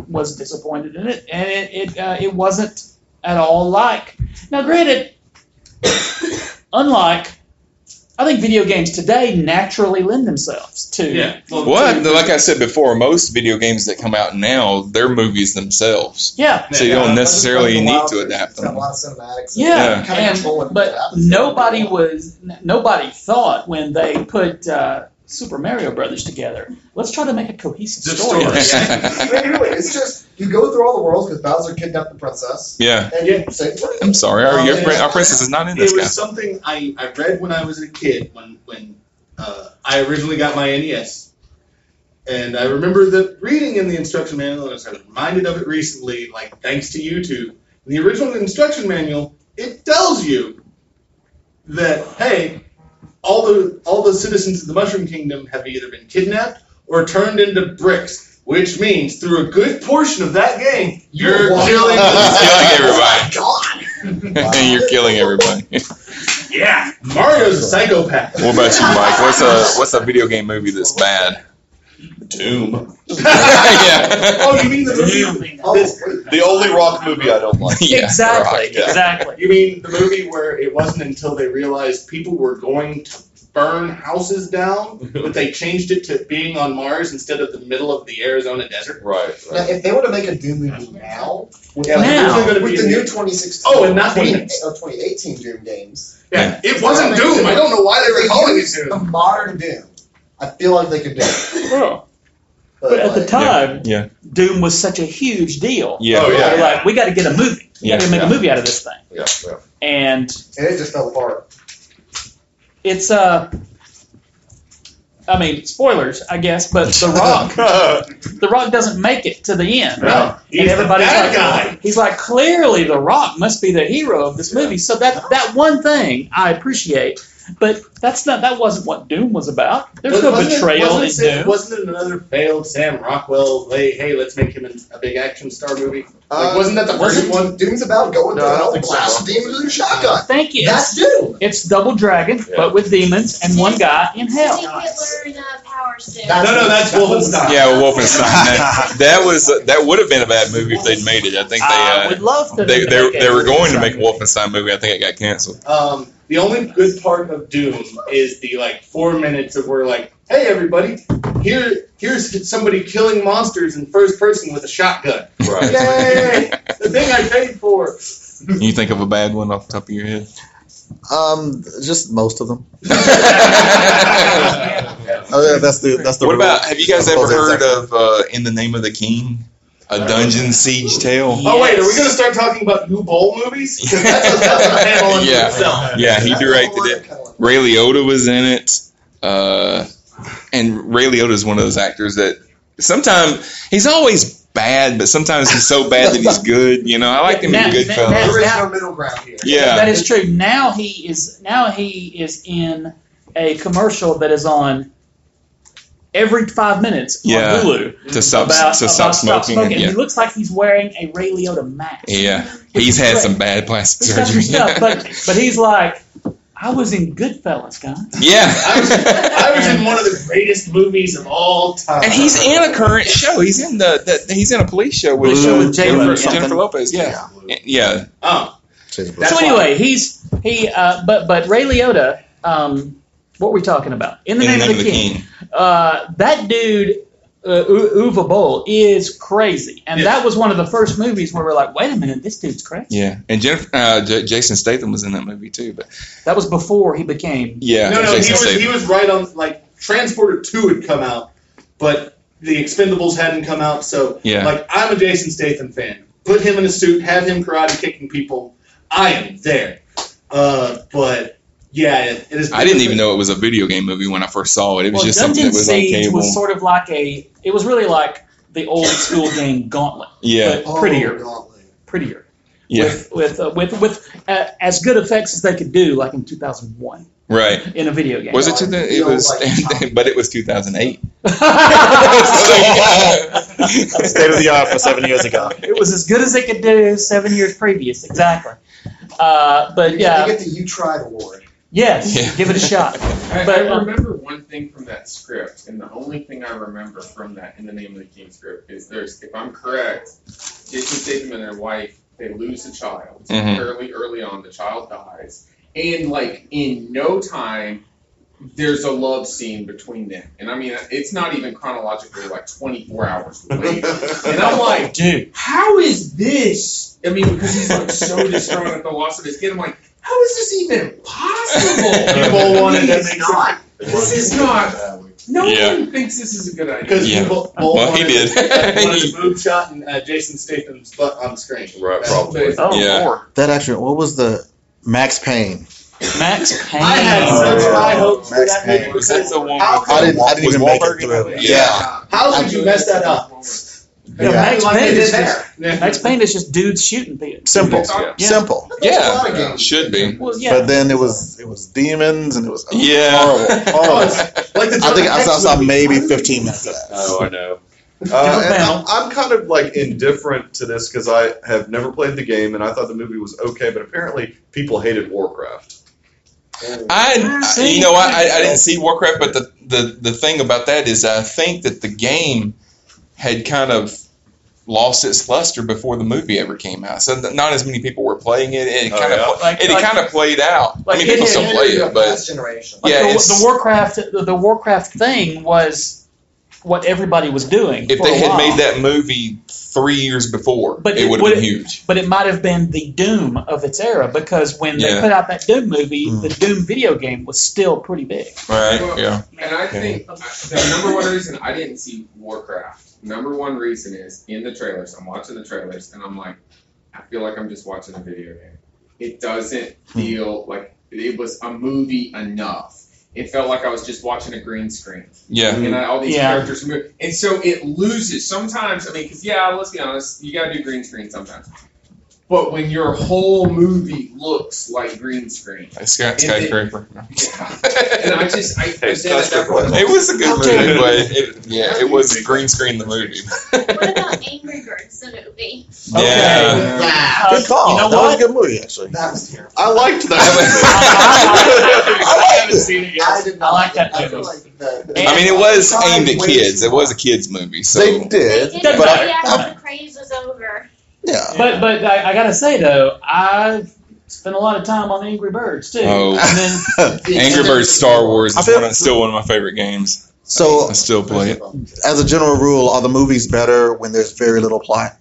I: was disappointed in it, and it it, uh, it wasn't at all like. Now, granted, unlike. I think video games today naturally lend themselves to yeah.
G: What? Like I said before, most video games that come out now, they're movies themselves.
I: Yeah.
G: So you don't necessarily need to adapt them.
M: A lot of cinematics.
I: Yeah,
M: Kind of control
I: and, but nobody was n- nobody thought when they put uh, Super Mario Brothers together. Let's try to make a cohesive story.
M: I mean, really, it's just you go through all the worlds because Bowser kidnapped the princess.
G: Yeah.
M: And you say, what?
G: I'm sorry, our, your, our princess is not in this
K: Oh, It
G: guy.
K: was something I, I read when I was a kid when when uh, I originally got my NES, and I remember the reading in the instruction manual, and I was reminded of it recently, like thanks to YouTube. In the original instruction manual, it tells you that hey, all the all the citizens of the Mushroom Kingdom have either been kidnapped or turned into bricks, which means through a good portion of that game, you're Oh
M: You're
K: killing.
G: killing
M: God.
G: everybody. You're killing everybody.
K: Yeah, Mario's a psychopath.
G: What about you, Mike? What's a what's a video game movie that's bad?
J: Doom.
K: Oh, you mean the movie?
M: Oh,
J: The only rock movie I don't like.
G: Yeah,
K: Exactly,
G: Rock, yeah.
I: Exactly.
K: You mean the movie where it wasn't until they realized people were going to burn houses down that they changed it to being on Mars instead of the middle of the Arizona desert?
J: Right.
M: Now, if they were to make a Doom movie now, with,
K: Yeah,
M: like,
K: now.
M: with
K: Would
M: the
K: be-
M: new 2016,
K: Oh, and not
M: 20,
K: Doom.
M: or 2018 Doom games,
K: Yeah, it wasn't Doom. I don't know why they were calling it
M: The
K: Doom.
M: modern Doom. I feel like they could do it.
I: But at the
M: like-
I: time,
G: Yeah.
I: Doom was such a huge deal.
G: Yeah. Oh,
I: They're
G: yeah.
I: like, we got to get a movie. We
G: Yeah,
I: got to make
G: yeah.
I: a movie out of this thing.
J: Yeah, yeah.
I: And
M: and it just fell apart.
I: it's uh, I mean, spoilers, I guess, but The Rock, The Rock doesn't make it to the end.
K: No, he's
I: and
K: the
I: everybody's
K: bad
I: like,
K: guy.
I: he's like, clearly The Rock must be the hero of this movie. So that that one thing I appreciate, but that's not that wasn't what Doom was about. There's no
K: Wasn't it-
I: betrayal
K: wasn't it,
I: in Doom.
K: Wasn't it another failed Sam Rockwell? Hey, hey, let's make him a big action star movie. Like,
M: Uh,
K: wasn't that the first
M: wasn't
K: one?
M: Doom's about going
J: No,
M: through
J: I
M: an
J: don't
M: old
J: think so.
M: blast demons with a shotgun.
I: Thank you.
M: That's Doom.
I: It's Double Dragon, but with demons and one guy in hell.
N: Hitler in a power suit.
M: That's-
K: No, no, that's Wolfenstein.
G: Yeah, Wolfenstein. That, that was that would have been a bad movie if they'd made it. I think
I: I would
G: they
I: love
G: uh,
I: to.
G: they
I: make
G: they,
I: a
G: they were going to
I: Wolfenstein
G: make a
I: movie.
G: Wolfenstein movie. I think it got canceled.
K: Um, the only good part of Doom is the like four minutes of where like, hey everybody, here here's somebody killing monsters in first person with a shotgun. Yay! the thing I paid for.
G: you think of a bad one off the top of your head?
P: Um, just most of them.
G: what
P: Oh, yeah, that's the that's the.
G: about have you guys ever heard of uh, In the Name of the King, a dungeon siege tale?
K: Oh wait, are we gonna start talking about new bowl movies? 'Cause that's a, that's a panel in
G: Yeah.
K: itself.
G: Yeah, he directed it. Ray Liotta was in it, uh, and Ray Liotta is one of those actors that sometimes he's always bad, but sometimes he's so bad that he's good. You know, I liked him in
I: Now- now-
G: Goodfellas.
M: There is
I: now-
M: no middle ground here.
G: Yeah.
I: That is true. Now he is now he is in a commercial that is on every five minutes
G: Yeah,
I: on Hulu
G: to stop
I: about,
G: to
I: about
G: stop
I: Stop
G: smoking.
I: smoking. And
G: Yeah,
I: he looks like he's wearing a Ray Liotta mask.
G: yeah. He's had some bad plastic
I: He's got some
G: surgery.
I: stuff, but but he's like, I was in Goodfellas, guys.
G: yeah,
K: I was in one of the greatest movies of all time.
G: and
M: Uh,
G: he's in a current show. He's in the, the he's in a police show with,
I: Police show with
G: uh,
I: Jennifer something.
G: Jennifer Lopez. Yeah, yeah.
K: Oh,
I: so
K: That's
I: anyway, he's he uh, but but Ray Liotta, um, what were we talking about? In the, name, of the, King. Uh, that dude uh, U- Uwe Boll is crazy, and that was one of the first movies where we're like, wait a minute, this dude's crazy.
G: Yeah, and Jennifer, uh, J- Jason Statham was in that movie too. But
I: That was before he became.
G: yeah,
K: no, no, he
G: Jason
K: was,
G: Statham.
K: he was right on. Like Transporter Two had come out, but the Expendables hadn't come out. So,
G: Yeah.
K: like, I'm a Jason Statham fan. Put him in a suit, have him karate kicking people. I am there. Uh, but yeah, it, it is.
G: I didn't even know it was a video game movie when I first saw it. It was
I: well,
G: just something
I: Dungeon
G: that was
I: Siege
G: on cable.
I: was sort of like a. It was really like the old school game Gauntlet,
G: yeah,
M: Oh,
I: but prettier, prettier
G: yeah,
I: with uh, with with uh, as good effects as they could do, like in 2001
G: right.
I: in a video game.
G: Was it? Two, it was, but it was 2008.
P: State of the art for seven years ago.
I: It was as good as it could do seven years previous, exactly. Uh, but yeah,
M: They get the You Tried Award.
I: yes, give it a shot.
O: I,
I: But,
O: I
G: uh,
I: um,
O: remember one thing from that script, and the only thing I remember from that in the name of the king script is there's, if I'm correct, Jason Statham and their wife they lose a child
G: Mhm.
O: early, early on. The child dies, and like in no time, there's a love scene between them. And I mean, it's not even chronologically like 24 hours later. and I'm like,
I: dude,
O: how is this? I mean, because he's like so distraught at the loss of his kid. I'm like, how is this even possible?
K: People wanted to
O: It's
K: make
O: not. This is not. No
G: Yeah.
O: one thinks this is a good idea.
K: because
G: Yeah.
K: people
G: Well, he did.
K: wanted a boob shot and uh, Jason Statham's butt on the screen.
G: Right,
K: That's-
G: probably.
I: oh
G: Yeah.
I: Lord.
P: That actor, what was the Max Payne?
I: Max Payne.
K: I had
M: Uh,
K: such high hopes for
P: Max
K: that
P: Payne.
K: movie.
G: Was that the one?
K: How
G: with,
P: I didn't, I didn't
J: Was
P: even make
J: Wahlberg
P: it through.
J: in
P: Yeah.
J: it?
K: How could you mess that up?
I: Yeah,
P: Yeah.
I: Max,
K: Like they
I: Payne
K: did
I: is just,
K: there. Yeah.
I: Max Payne is just dudes shooting things.
P: Simple.
G: Yeah.
I: Yeah.
P: Simple.
K: a lot of
G: Yeah,
K: games.
G: should be.
I: Well, yeah.
P: But then it was it was demons and it
M: Oh,
P: was
G: Yeah.
P: horrible. horrible.
K: Like the
P: I think I saw, I saw
K: movie.
P: maybe 15 minutes of that.
J: Oh, I know.
I: Give
J: Uh,
I: a
J: and
I: bounce.
J: I'm, I'm kind of like indifferent to this because I have never played the game and I thought the movie was okay, but apparently people hated Warcraft.
G: I, I
I: See?
G: you know I, I I didn't see Warcraft, but the, the the thing about that is I think that the game had kind of lost its luster before the movie ever came out. So th- not as many people were playing it. It
J: Oh,
G: kind of
J: yeah?
I: Like-
G: it
I: like-
G: kind of played out.
I: like
G: I mean,
I: it
G: people
I: is-
G: still play it, but
M: Last Generation.
I: Like
G: Yeah,
I: the,
G: it's-
I: the Warcraft, the, the Warcraft thing was what everybody was doing.
G: if
I: for
G: they
I: a
G: had
I: while.
G: made that movie three years before,
I: But
G: it
I: it
G: would have been
I: would-
G: huge.
I: but it might have been the Doom of its era because when
G: Yeah.
I: they put out that Doom movie,
P: Mm.
I: the Doom video game was still pretty big.
G: Right?
O: Well,
G: yeah.
O: And I think the number one reason I didn't see Warcraft, number one reason is in the trailers. I'm watching the trailers and I'm like, I feel like I'm just watching a video game. It doesn't
G: Hmm.
O: feel like it was a movie enough. It felt like I was just watching a green screen.
G: Yeah.
O: And I, all these
I: Yeah.
O: characters move. And so it loses sometimes. I mean, because, yeah, let's be honest, you got to do green screen sometimes. But when your whole movie looks like green screen,
G: Sky, skyscraper.
O: and I just, I, then
J: Hey,
O: at that
J: skyscraper.
O: point,
G: It was a good
J: Okay.
G: movie, but it, yeah, it was green screen the movie.
N: What about Angry Birds, the movie?
G: Yeah.
M: Ah,
I: Uh,
P: Good call.
I: You know
P: that was
I: what?
P: a good movie, actually.
M: that was terrible.
J: I liked
I: I
J: that.
I: haven't seen it
M: I did not
I: I like that
M: I
I: movie.
M: feel like the, the-
G: I mean, it was aimed at
M: Time
G: kids. It was a
M: wasted.
G: kids movie. So
P: They did,
N: They did
I: Doesn't
P: but
I: matter.
P: I,
N: yeah,
I: I-
N: the craze was over.
P: yeah.
I: But but I, I gotta say though, I spent a lot of time on Angry Birds too.
G: Oh.
I: And then
G: Angry Birds Star Wars
P: I
G: is
P: feel-
G: one of, still one of my favorite games.
P: So,
G: I still play it.
P: as a general rule, are the movies better when there's very little plot,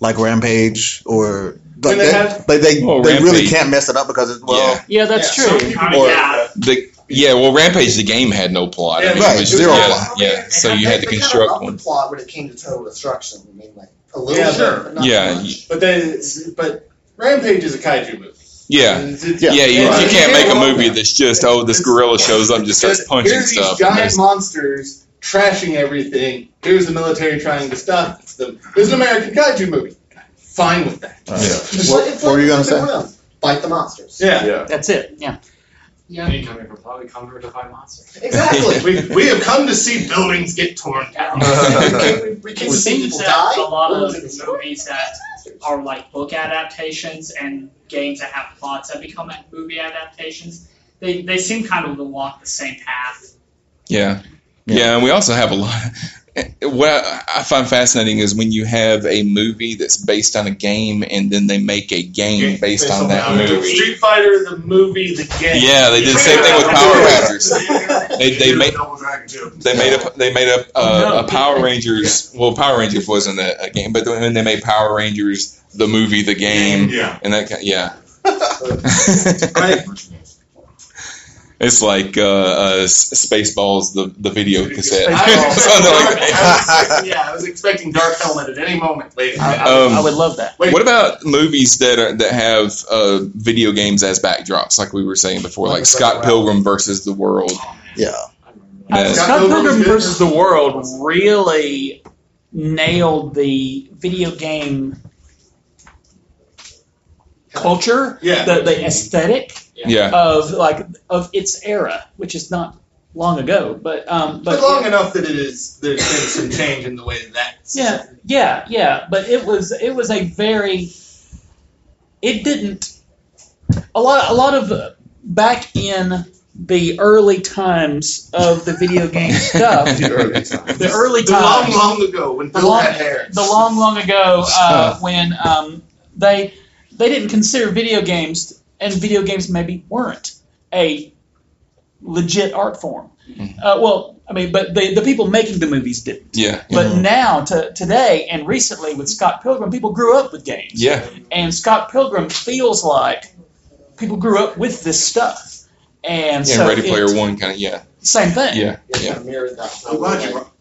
P: like Rampage or like
K: When they
P: they,
K: have-
P: like they,
G: Oh,
P: they really
G: Rampage.
P: can't mess it up because it, well,
G: Yeah.
I: yeah, that's
K: Yeah, some
I: true.
K: people-
P: Or-
K: yeah.
G: The yeah, well, Rampage the game had no plot.
K: Yeah,
G: I mean,
P: right,
G: it was,
P: zero
G: yeah,
P: plot.
G: Yeah, so
M: And
G: you
M: I
G: had to
M: think they kinda
G: construct
M: upped
G: one.
M: the plot when it came to total destruction. I mean, like a little
K: Yeah,
M: bit,
K: sure.
M: but not
G: Yeah,
M: much.
G: you-
K: But then, but Rampage is a kaiju movie.
G: Yeah,
K: It's- it's-
G: yeah, you,
K: and
G: you
K: it's
G: can't make a
K: terrible.
G: movie that's just oh this gorilla shows up and just starts
K: Here's-
G: punching
K: Here's
G: stuff.
K: These
G: and
K: giant
G: there's-
K: monsters trashing everything. Here's the military trying to stop them. There's an American kaiju movie. Fine with that.
M: It's
P: What-
M: like- it's
P: what were
M: like
P: you gonna
M: Pacific
P: say?
M: Rim. Fight the monsters.
K: Yeah.
I: That's it. Yeah.
L: Any kind of probably come here to find monsters.
M: Exactly.
K: We, we have come to see buildings get torn down.
M: we, we came to
I: It
M: see
I: seems
M: people
Q: that a
M: die.
Q: lot
M: What
Q: of
M: was it?
Q: movies that are like book adaptations and games that have plots that become movie adaptations, they, they seem kind of to walk the same path.
G: Yeah. yeah, and we also have a lot. what I find fascinating is when you have a movie that's based on a game, and then they make a game based on that movie.
R: Street Fighter, the movie, the game.
G: Yeah, they did the same thing with Power Rangers. They, they made they made a they made a, uh, a Power Rangers. Well, Power Rangers wasn't a, a game, but when they made Power Rangers, the movie, the game,
K: Yeah.
G: and that kind, yeah. It's like uh, uh, S- Spaceballs, the the video cassette. Something like
R: I was, yeah, I was expecting Dark Helmet at any moment. Later. I, I,
G: Um,
R: I would love that.
G: What about movies that are that have uh, video games as backdrops, like we were saying before, like Scott Pilgrim versus the World?
M: Yeah.
I: Uh, Scott Pilgrim versus the World really nailed the video game culture,
R: Yeah.
I: the, the aesthetic
G: Yeah.
I: of like of its era, which is not long ago, but um, but,
R: But long enough that it is. There's been some change in the way that's.
I: yeah, yeah, yeah. But it was it was a very it didn't a lot a lot of uh, back in the early times of the video game stuff.
R: The early times.
I: The early
R: The long,
I: times.
R: long ago when
I: The
R: Bill
I: long-
R: had hair.
I: the long, long ago uh, when um, they they didn't consider video games, and video games maybe weren't a legit art form.
G: Mm-hmm.
I: Uh, well, I mean, but the the people making the movies did.
G: Yeah.
I: But now, to today and recently with Scott Pilgrim, people grew up with games,
G: Yeah.
I: and Scott Pilgrim feels like people grew up with this stuff, and
G: yeah,
I: so
G: Ready
I: it-
G: Player One kind of yeah.
I: same thing.
G: Yeah. Yeah.
K: I'm glad you. brought-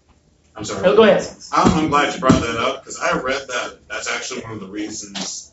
K: I'm sorry.
I: Oh, go ahead.
K: I'm, I'm glad you brought that up because I read that. That's actually one of the reasons.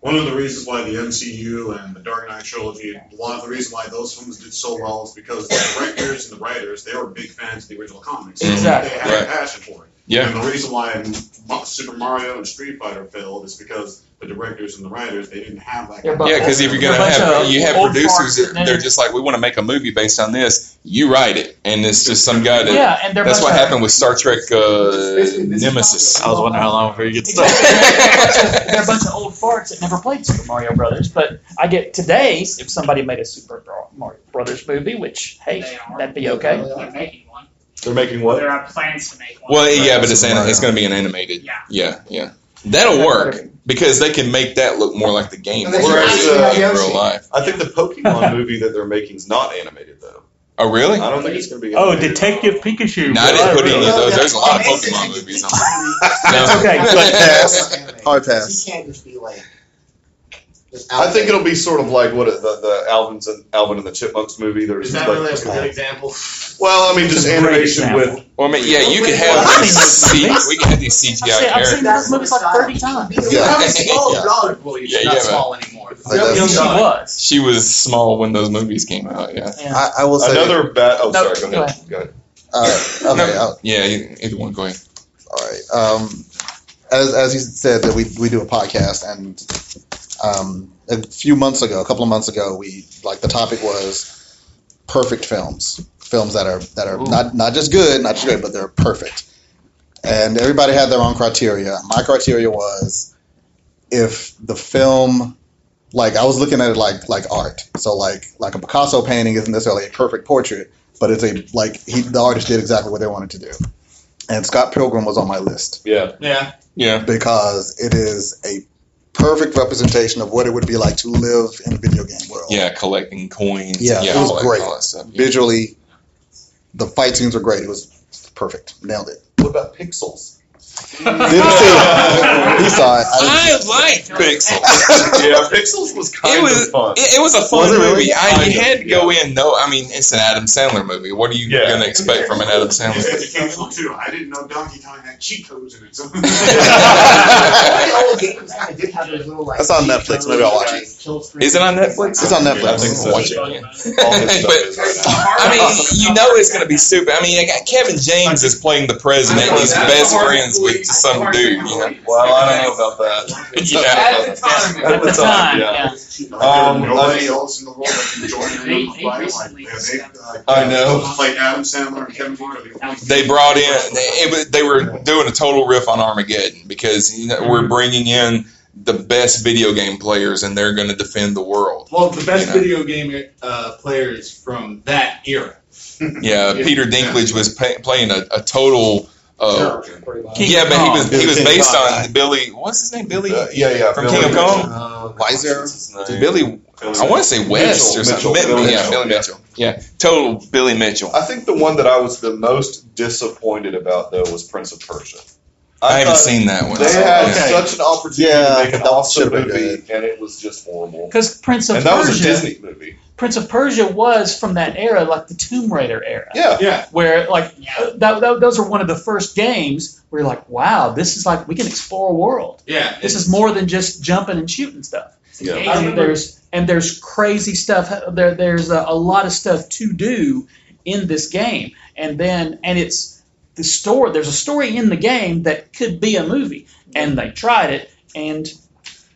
K: One of the reasons why the MCU and the Dark Knight trilogy, one of the reason why those films did so well is because the directors and the writers, they were big fans of the original comics. So
I: Exactly.
K: They had
I: Right.
K: a passion for it.
G: Yeah.
K: And the reason why Ma- Super Mario and Street Fighter failed is because the directors and the writers, they didn't have that.
G: Yeah, because if you're gonna have you have producers, that they're just like we want to make a movie based on this. You write it, and it's just some guy that.
I: Yeah, and they're
G: that's what
I: bunch of-
G: happened with Star Trek uh, Nemesis. I was wondering how long before you get
I: they're a bunch of old farts that never played Super Mario Brothers. But I get today's if somebody made a Super Mario Brothers movie, which hey, that'd be okay.
S: They're making one.
G: They're making what?
S: There are plans to make one.
G: Well, yeah, but it's an, it's going to be an animated. Yeah. yeah, That'll work because they can make that look more like the game
K: And they
G: than
K: should
G: it is in
K: actually have
G: real
K: Yoshi.
G: life.
K: I think the Pokemon movie that they're making is not animated though.
G: Oh, really?
K: I don't think it's going to be.
I: Oh,
K: animated.
I: Detective Pikachu.
G: No, I didn't put any of those. There's a lot of Pokemon movies on there.
I: Okay,
M: Hard pass. Hard pass.
T: You can't just be like.
U: I think it'll be sort of like what it- the, the Alvin's and Alvin and the Chipmunks movie. There's
R: Is that
U: like,
R: really a good example?
U: well, I mean, just animation with.
G: Well, I mean, yeah, you could have
U: Well, I
G: these
U: mean,
G: C- we could have these CGI
I: I've seen, I've
G: characters.
I: seen those movies like thirty times.
G: Yeah. Yeah.
R: she's
G: Yeah,
R: not
G: yeah,
R: small
G: but-
R: anymore.
G: Yeah,
I: Young she was.
G: She was small when those movies came out. Yeah.
M: I, I will say
U: Another bat. Oh,
M: No,
U: sorry.
M: go
U: Go ahead. Go ahead.
M: Uh, okay, I'll-
G: Yeah, you- either one. Go ahead.
M: All right. Um, as as you said that we we do a podcast and um, a few months ago, a couple of months ago, we like the topic was perfect films, films that are that are not not just good, not just good, but they're perfect. And everybody had their own criteria. My criteria was if the film like I was looking at it like like art. So like like a Picasso painting isn't necessarily a perfect portrait, but it's a like he the artist did exactly what they wanted to do. And Scott Pilgrim was on my list
U: Yeah.
R: Yeah.
G: Yeah.
M: because it is a perfect representation of what it would be like to live in a video game world.
G: Yeah, collecting coins.
M: Yeah, it was
G: all that-
M: great.
G: all that stuff.
M: Visually, the fight scenes were great. It was perfect. Nailed it.
U: What about Pixels?
M: Didn't see it. He saw it. I didn't see
G: I liked Pixels.
U: yeah, Pixels was kind
G: it was,
U: of fun.
G: It, it was a fun
U: Was it really?
G: movie. I,
U: Kind
G: you
U: of,
G: had to go in, though. I mean, it's an Adam Sandler movie. What are you
U: Yeah.
G: going to expect from an Adam Sandler movie?
K: Educational too. I didn't know Donkey Kong had cheat codes in it. So
T: The old games kind of did have those little like.
M: That's on Netflix. Maybe I'll watch it.
G: Is it on Netflix?
M: It's on Netflix.
G: I think so. Watch it. yeah.
U: All his stuff
G: But-
U: is right now.
G: I mean, you know it's going to be stupid. I mean, Kevin James is playing the president. and He's best friends with some dude. You know?
U: Well, I don't know about that.
G: Yeah.
U: At the time, at the time, yeah. Um,
K: Nobody
U: I,
K: else in the world that can join in on the fight like that. They, uh,
G: I know.
K: Like Adam Sandler and Kevin Hart.
G: They brought in. They, it, was- they were doing a total riff on Armageddon because you know, we're bringing in the best video game players, and they're going to defend the world.
R: Well, the best
G: You know.
R: video game uh, players from that era.
G: Yeah, Peter Dinklage was pa playing a, a total Uh,
M: King
G: yeah,
M: of
G: but he
M: Kong.
G: was he
M: King
G: was
M: of
G: based
M: Kong,
G: on Billy. What's his name? Billy.
J: Uh, yeah, yeah,
G: From
J: Billy
G: King of
J: Mitchell.
G: Kong. Weiser. Billy. I want to say West
J: Mitchell,
G: or
J: Mitchell,
G: something. Mi-
J: Billy
G: yeah,
J: Mitchell,
G: Billy
J: yeah.
G: Mitchell. Yeah, total Billy Mitchell.
J: I think the one that I was the most disappointed about though was Prince of Persia.
G: I haven't
J: thought
G: seen that one.
J: They
G: So,
J: had
G: yeah.
J: such an opportunity
P: Yeah,
J: to make an
P: that
J: awesome
P: should've been
J: movie, and it was just horrible.
I: 'Cause Prince of
J: and that was a
I: Persia-
J: Disney movie.
I: Prince of Persia was from that era, like the Tomb Raider era.
J: Yeah. Yeah.
I: Where like uh, that, that- those are one of the first games where you're like, wow, this is like we can explore a world.
O: Yeah.
I: This is more than just jumping and shooting stuff.
O: Yeah.
I: I mean, there's and there's crazy stuff. There there's a, a lot of stuff to do in this game, and then and it's the story. There's a story in the game that could be a movie, and they tried it, and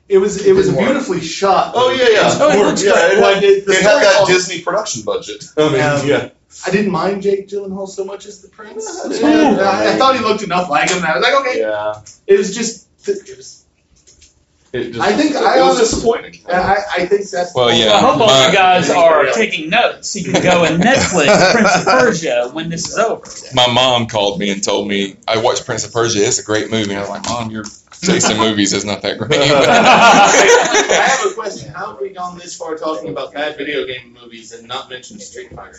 K: It was it was beautifully shot.
J: Oh yeah, yeah.
I: Oh, it looks
J: yeah,
I: great.
J: It
K: Like,
J: had,
K: it- the
J: it had
K: story
J: that
K: all-
J: Disney production budget. I mean,
K: Um,
J: yeah.
K: I didn't mind Jake Gyllenhaal so much as the prince.
J: Yeah.
K: I, I thought he looked enough like him. and I was like, okay.
J: Yeah.
K: It was just. It was,
J: It just,
K: I think
J: it
K: I
J: was
K: honestly-
J: disappointing.
K: I, I think that's.
G: Well, yeah.
I: I hope all
G: My-
I: you guys are taking notes. You can go and Netflix Prince of Persia when this is over.
G: My mom called me and told me I watched Prince of Persia. It's a great movie. And I was like, Mom, your taste in movies is not that great.
K: I
M: have a question. How have we gone this far talking about bad video game movies and not mentioned Street Fighter?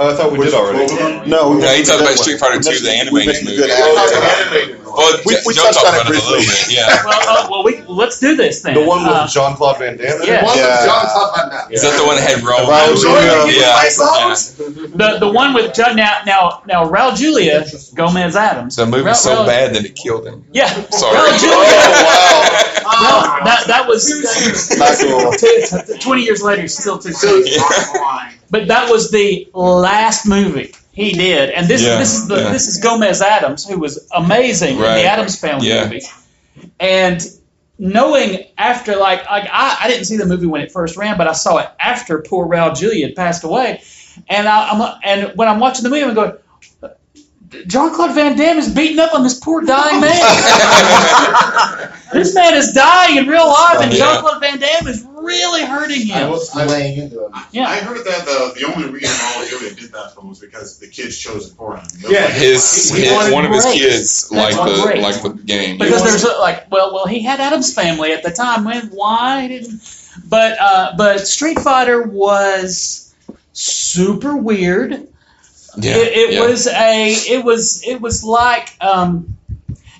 J: Oh, I thought we did already.
P: No, we
G: Yeah, he talked about Street Fighter
P: We
G: Two, the
P: mentioned- we
G: animated
P: mentioned
G: movie.
P: good
J: Oh,
P: actors.
G: Well,
J: We-
G: Joe
J: we
G: talked
J: touched on it
G: about it a little
J: briefly.
G: bit. Yeah.
I: Well, uh, well, we let's do this then.
J: The one with
I: Uh,
J: Jean Claude Van Damme.
I: yeah.
J: One with
P: Yeah.
J: Jean-Claude Van Damme.
G: Is that the one that had Raul?
P: Raul Julia.
G: Yeah. yeah.
I: the the one with Judd now now now Raul Julia Gomez Adams.
G: The movie
I: Raul-
G: was so
I: Raul-
G: bad that it killed him.
I: Yeah.
G: Sorry.
I: Raul Julia.
G: Oh,
I: Raul- that that was t- t- twenty years later still too soon. But that was the last movie he did, and this
G: Yeah,
I: this is the
G: yeah.
I: this is Gomez Adams, who was amazing in
G: Right.
I: the Adams Family
G: Yeah.
I: movies, and knowing after like like I, I didn't see the movie when it first ran, but I saw it after poor Raul Julia had passed away, and I, I'm and when I'm watching the movie, I'm going. John Claude Van Damme is beating up on this poor dying man. this man is dying in real life, and
G: Yeah.
I: John Claude Van Damme is really hurting him.
M: laying into him.
I: Yeah.
L: I heard that the the only reason all Julia did that film was because the kids chose it for him.
G: yeah. His,
I: He
G: his-
I: wanted
G: one of his
I: great.
G: kids
I: That's
G: liked the
I: great.
G: liked the game.
I: because there's a, like well well he had Adam's family at the time when why didn't but uh, but Street Fighter was super weird
G: Yeah,
I: it, it
G: yeah.
I: was a it was it was like um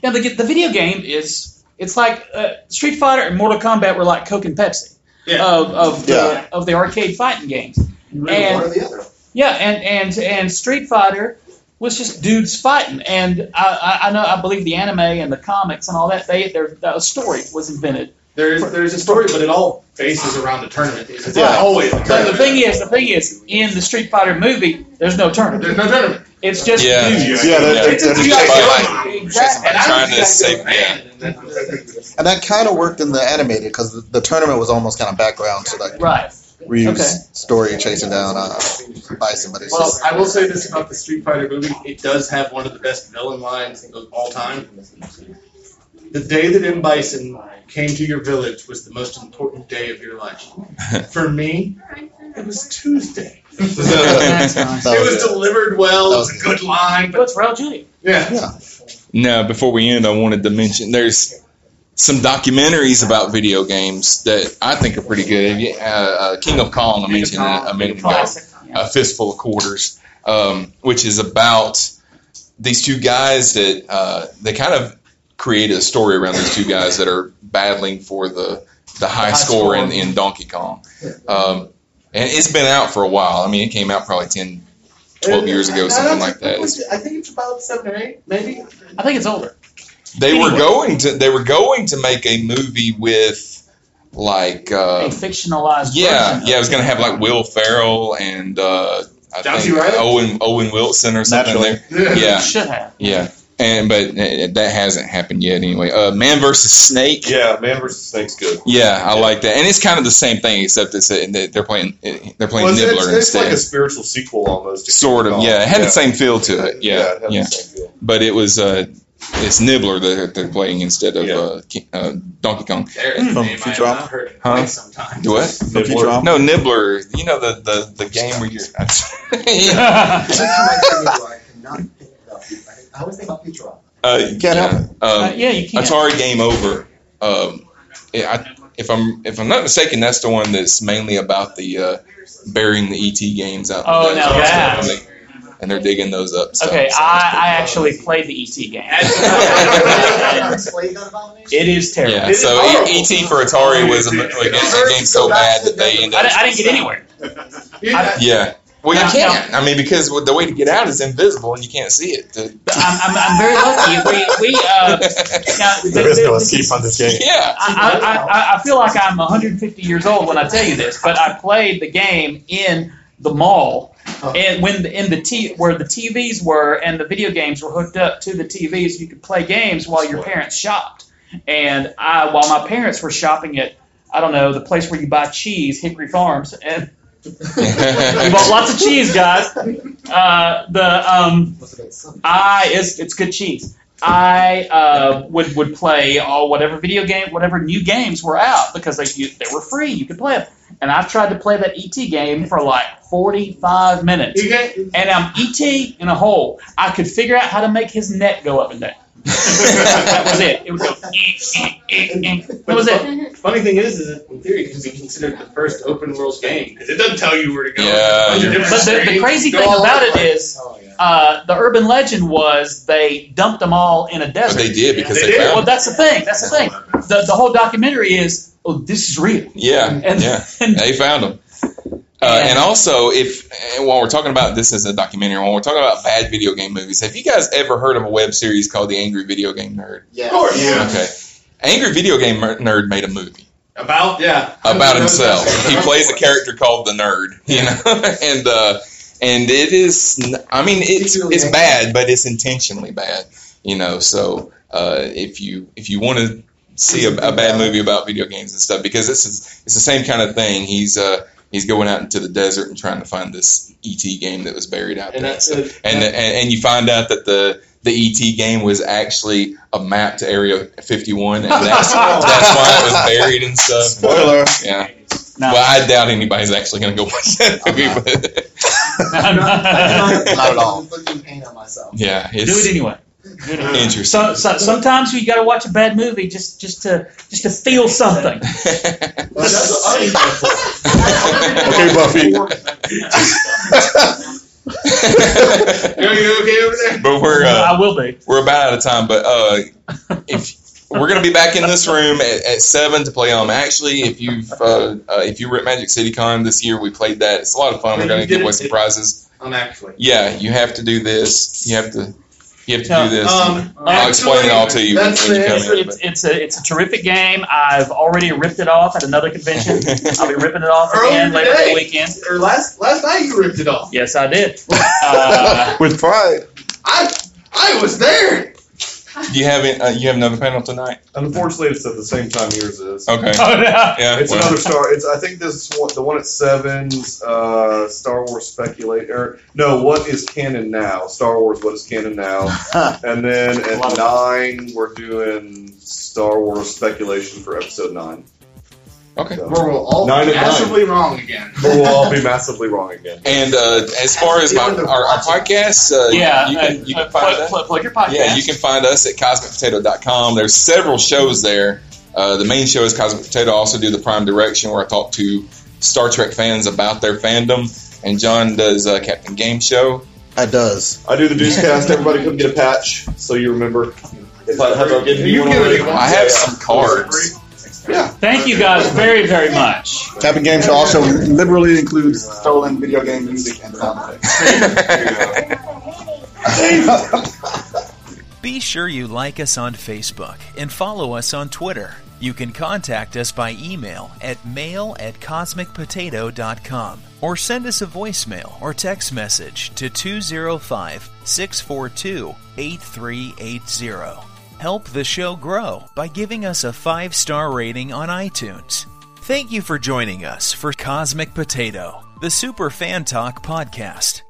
I: now the the video game is it's like uh, Street Fighter and Mortal Kombat were like Coke and Pepsi of of the,
P: Yeah.
I: of the arcade fighting games
M: Really, one or the other.
I: yeah, and and and Street Fighter was just dudes fighting, and I, I, I know I believe the anime and the comics and all that they their a story was invented.
K: There's there's a story, but it all bases around a tournament. It's
I: Yeah.
K: not always. a
I: But the
K: tournament.
I: thing is, the thing is, in the Street Fighter movie, there's no tournament.
K: There's no tournament.
I: It's just
G: Yeah.
I: dudes.
P: Yeah, that-
I: it's just
P: that-
I: dudes
P: that-
I: fighting. Exactly.
G: I'm trying to save. Yeah.
P: And that kind of worked in the animated because the, the tournament was almost kind of background to that
I: Right.
P: Ryu's
I: Okay.
P: story chasing down uh, Bison. But it's
M: Well,
P: just,
M: I will say this about the Street Fighter movie: it does have one of the best villain lines of all time. The day that M. Bison came to your village was the most important day of your life. For me, it was Tuesday.
I: That's nice.
P: That
M: it
P: was
M: was
P: good.
M: delivered well.
P: That
M: It
P: was
M: was a good line.
I: What's Raul Julia?
M: Yeah.
G: Now, before we end, I wanted to mention there's some documentaries about video games that I think are pretty good. Uh, uh, King of Kong, I mentioned a, a minute ago. A Fistful of Quarters, um, which is about these two guys that uh, they kind of created a story around these two guys that are battling for the, the high, score, in, in Donkey Kong. Um, and it's been out for a while. I mean, it came out probably 10, 12 years ago,
K: And I
G: something
K: don't
G: like
K: think
G: that.
K: it was- I think it's about seven or eight, maybe.
I: I think it's older.
G: They were
I: Anyway.
G: going to they were going to make a movie with like
I: A
G: uh,
I: fictionalized
G: yeah
I: version.
G: yeah it was gonna have like Will Ferrell and uh, I
K: John C.
G: think
K: Reilly?
G: Owen Owen Wilson or something
P: Naturally.
G: there yeah
I: Should have.
G: yeah and but uh, that hasn't happened yet anyway uh, Man versus Snake
J: Yeah, Man vs. Snake's good.
G: yeah I like that and it's kind of the same thing except it's uh, they're playing they're playing
J: Well, it's,
G: Nibbler
J: it's, it's
G: instead
J: like a spiritual sequel almost. to King
G: sort of
J: Kong.
G: yeah it had the same feel to it yeah
J: it had
G: yeah
J: the same feel.
G: but it was uh, it's Nibbler that they're- they're playing instead of uh, Ki- uh, Donkey Kong
O: There's a name
P: From
O: I have
P: Futurama?
O: not heard.
G: Huh?
M: Sometimes.
G: Do what?
P: Futurama?
G: No, Nibbler. You know the
I: Uh,
G: the, the game where you're.
M: I cannot think about it. I always think about Futurama.
G: Uh, um, you can't help it.
M: Uh, yeah, you can't.
G: Atari Game Over. Um, yeah, I, if I'm if I'm not mistaken, that's the one that's mainly about the uh, burying the ET games out. in
I: Oh,
G: the
I: now
G: desert.
I: that-
G: And, they, and they're digging those up. So.
I: Okay, I, I actually played the ET game. it is terrible.
G: Yeah, so E- ET for Atari was a, against a game so bad that they ended.
I: I,
G: up
I: di- I didn't get anywhere. I,
G: Yeah. Well, you
I: No,
G: can't. I mean, because the way to get out is invisible and you can't see it.
I: I'm, I'm, I'm very lucky. We, we uh, now, the-
G: There is no
I: the-
G: escape on this game.
I: I,
G: Yeah.
I: I, I, I feel like I'm 150 years old when I tell you this, but I played the game in the mall, and when the, in the t where the TVs were and the video games were hooked up to the TVs, you could play games while your parents shopped. And I, while my parents were shopping at, I don't know, the place where you buy cheese, Hickory Farms, and we bought lots of cheese, guys. Uh, the um, I it's it's good cheese. I uh, would would play all whatever video game, whatever new games were out because they you, they were free. You could play them, and I tried to play that ET game for like forty five minutes, and I'm ET in a hole. I could figure out how to make his net go up and down. that was it. It would go. eh, That was it.
M: Funny thing is, is that in theory, it can be considered the first open world game because it doesn't tell you where to go.
G: Yeah.
M: Bunch of different
I: But the, the
M: screens,
I: crazy
M: go
I: thing
M: all
I: about
M: over Oh,
I: it
M: the place.
I: is, uh, the urban legend was they dumped them all in a desert.
G: they did because they found
I: Well, that's the thing. That's the thing. The, the whole documentary is, oh, this is real.
G: Yeah,
I: And-
G: yeah, they found them. Uh, and also, if and while we're talking about this as a documentary, when we're talking about bad video game movies, have you guys ever heard of a web series called The Angry Video Game Nerd?
M: Yeah. Of course.
G: Okay, Angry Video Game Mer- Nerd made a movie
M: About yeah.
G: about himself. He plays a character called the Nerd, you know, and uh, and it is, n- I mean, it's it's bad, but it's intentionally bad, you know. So uh, if you if you want to see a, a bad movie about video games and stuff, because this is it's the same kind of thing. He's uh he's going out into the desert and trying to find this ET game that was buried out
M: And
G: there.
M: that's
G: So-
M: it.
G: and, and and you find out that the the ET game was actually a map to Area 51, and that's, that's why it was buried and
L: Uh,
G: stuff.
P: Spoiler.
G: Yeah. Well, I doubt anybody's actually going to go watch that movie, but
P: Not at all.
G: yeah,
I: Do
G: it's
I: it anyway.
G: Interesting.
I: So, so, sometimes you got to watch a bad movie just just to just to feel something.
P: Okay, Buffy.
G: But we're uh,
I: I will be.
G: We're about out of time, but uh, if we're going to be back in this room at, at seven to play um. Actually, if you've uh, uh, if you were at Magic City Con this year, we played that. It's a lot of fun. We're going to give away some prizes.
M: I'm actually.
G: Yeah, you have to do this. You have to. You have to
I: No,
G: do this.
I: um,
G: I'll explain it all to you when,
I: That's
G: when you
I: it.
G: come in.
I: It's, it's a it's a terrific game. I've already ripped it off at another convention. I'll be ripping it off again
M: Earlier
I: later
M: today.
I: the weekend.
M: Or last last night you ripped it off.
I: Yes, I did. Uh,
P: With pride.
M: I I was there.
G: Do you have it, uh, you have another panel tonight?
J: Unfortunately, it's at the same time yours is.
G: Okay.
J: Oh, no.
G: Yeah.
J: it's
G: well,
J: another Star. It's I think this is one, the one at seven's uh, Star Wars speculate or no, what is canon now? Star Wars, what is canon now? and then at nine, we're doing Star Wars speculation for episode nine.
G: Okay,
M: Where we'll all
J: nine
M: be
J: at nine.
M: massively wrong again.
J: But we'll all be massively wrong again.
G: And uh, as far as my, our, our podcast, uh,
I: yeah,
G: you can, you can find
I: plug,
G: that.
I: plug, plug your podcast.
G: Yeah, you can find us at cosmicpotato.com. There's several shows there. Uh, the main show is Cosmic Potato. I also do the Prime Direction, where I talk to Star Trek fans about their fandom. And John does uh, Captain Game Show.
P: That does.
J: I do the newscast. Everybody come get a patch so you remember. If I
K: uh,
J: have, I'm getting you one already.
G: I have some cards.
I: Thank you guys very very much.
P: Tapping Game Show also liberally includes stolen video game music and sound effects.
C: Be sure you like us on Facebook and follow us on Twitter. You can contact us by email at mail at cosmicpotato.com or send us a voicemail or text message to 205 642 8380. Help the show grow by giving us a five star rating on iTunes. Thank you for joining us for Cosmic Potato, the Super Fan Talk podcast.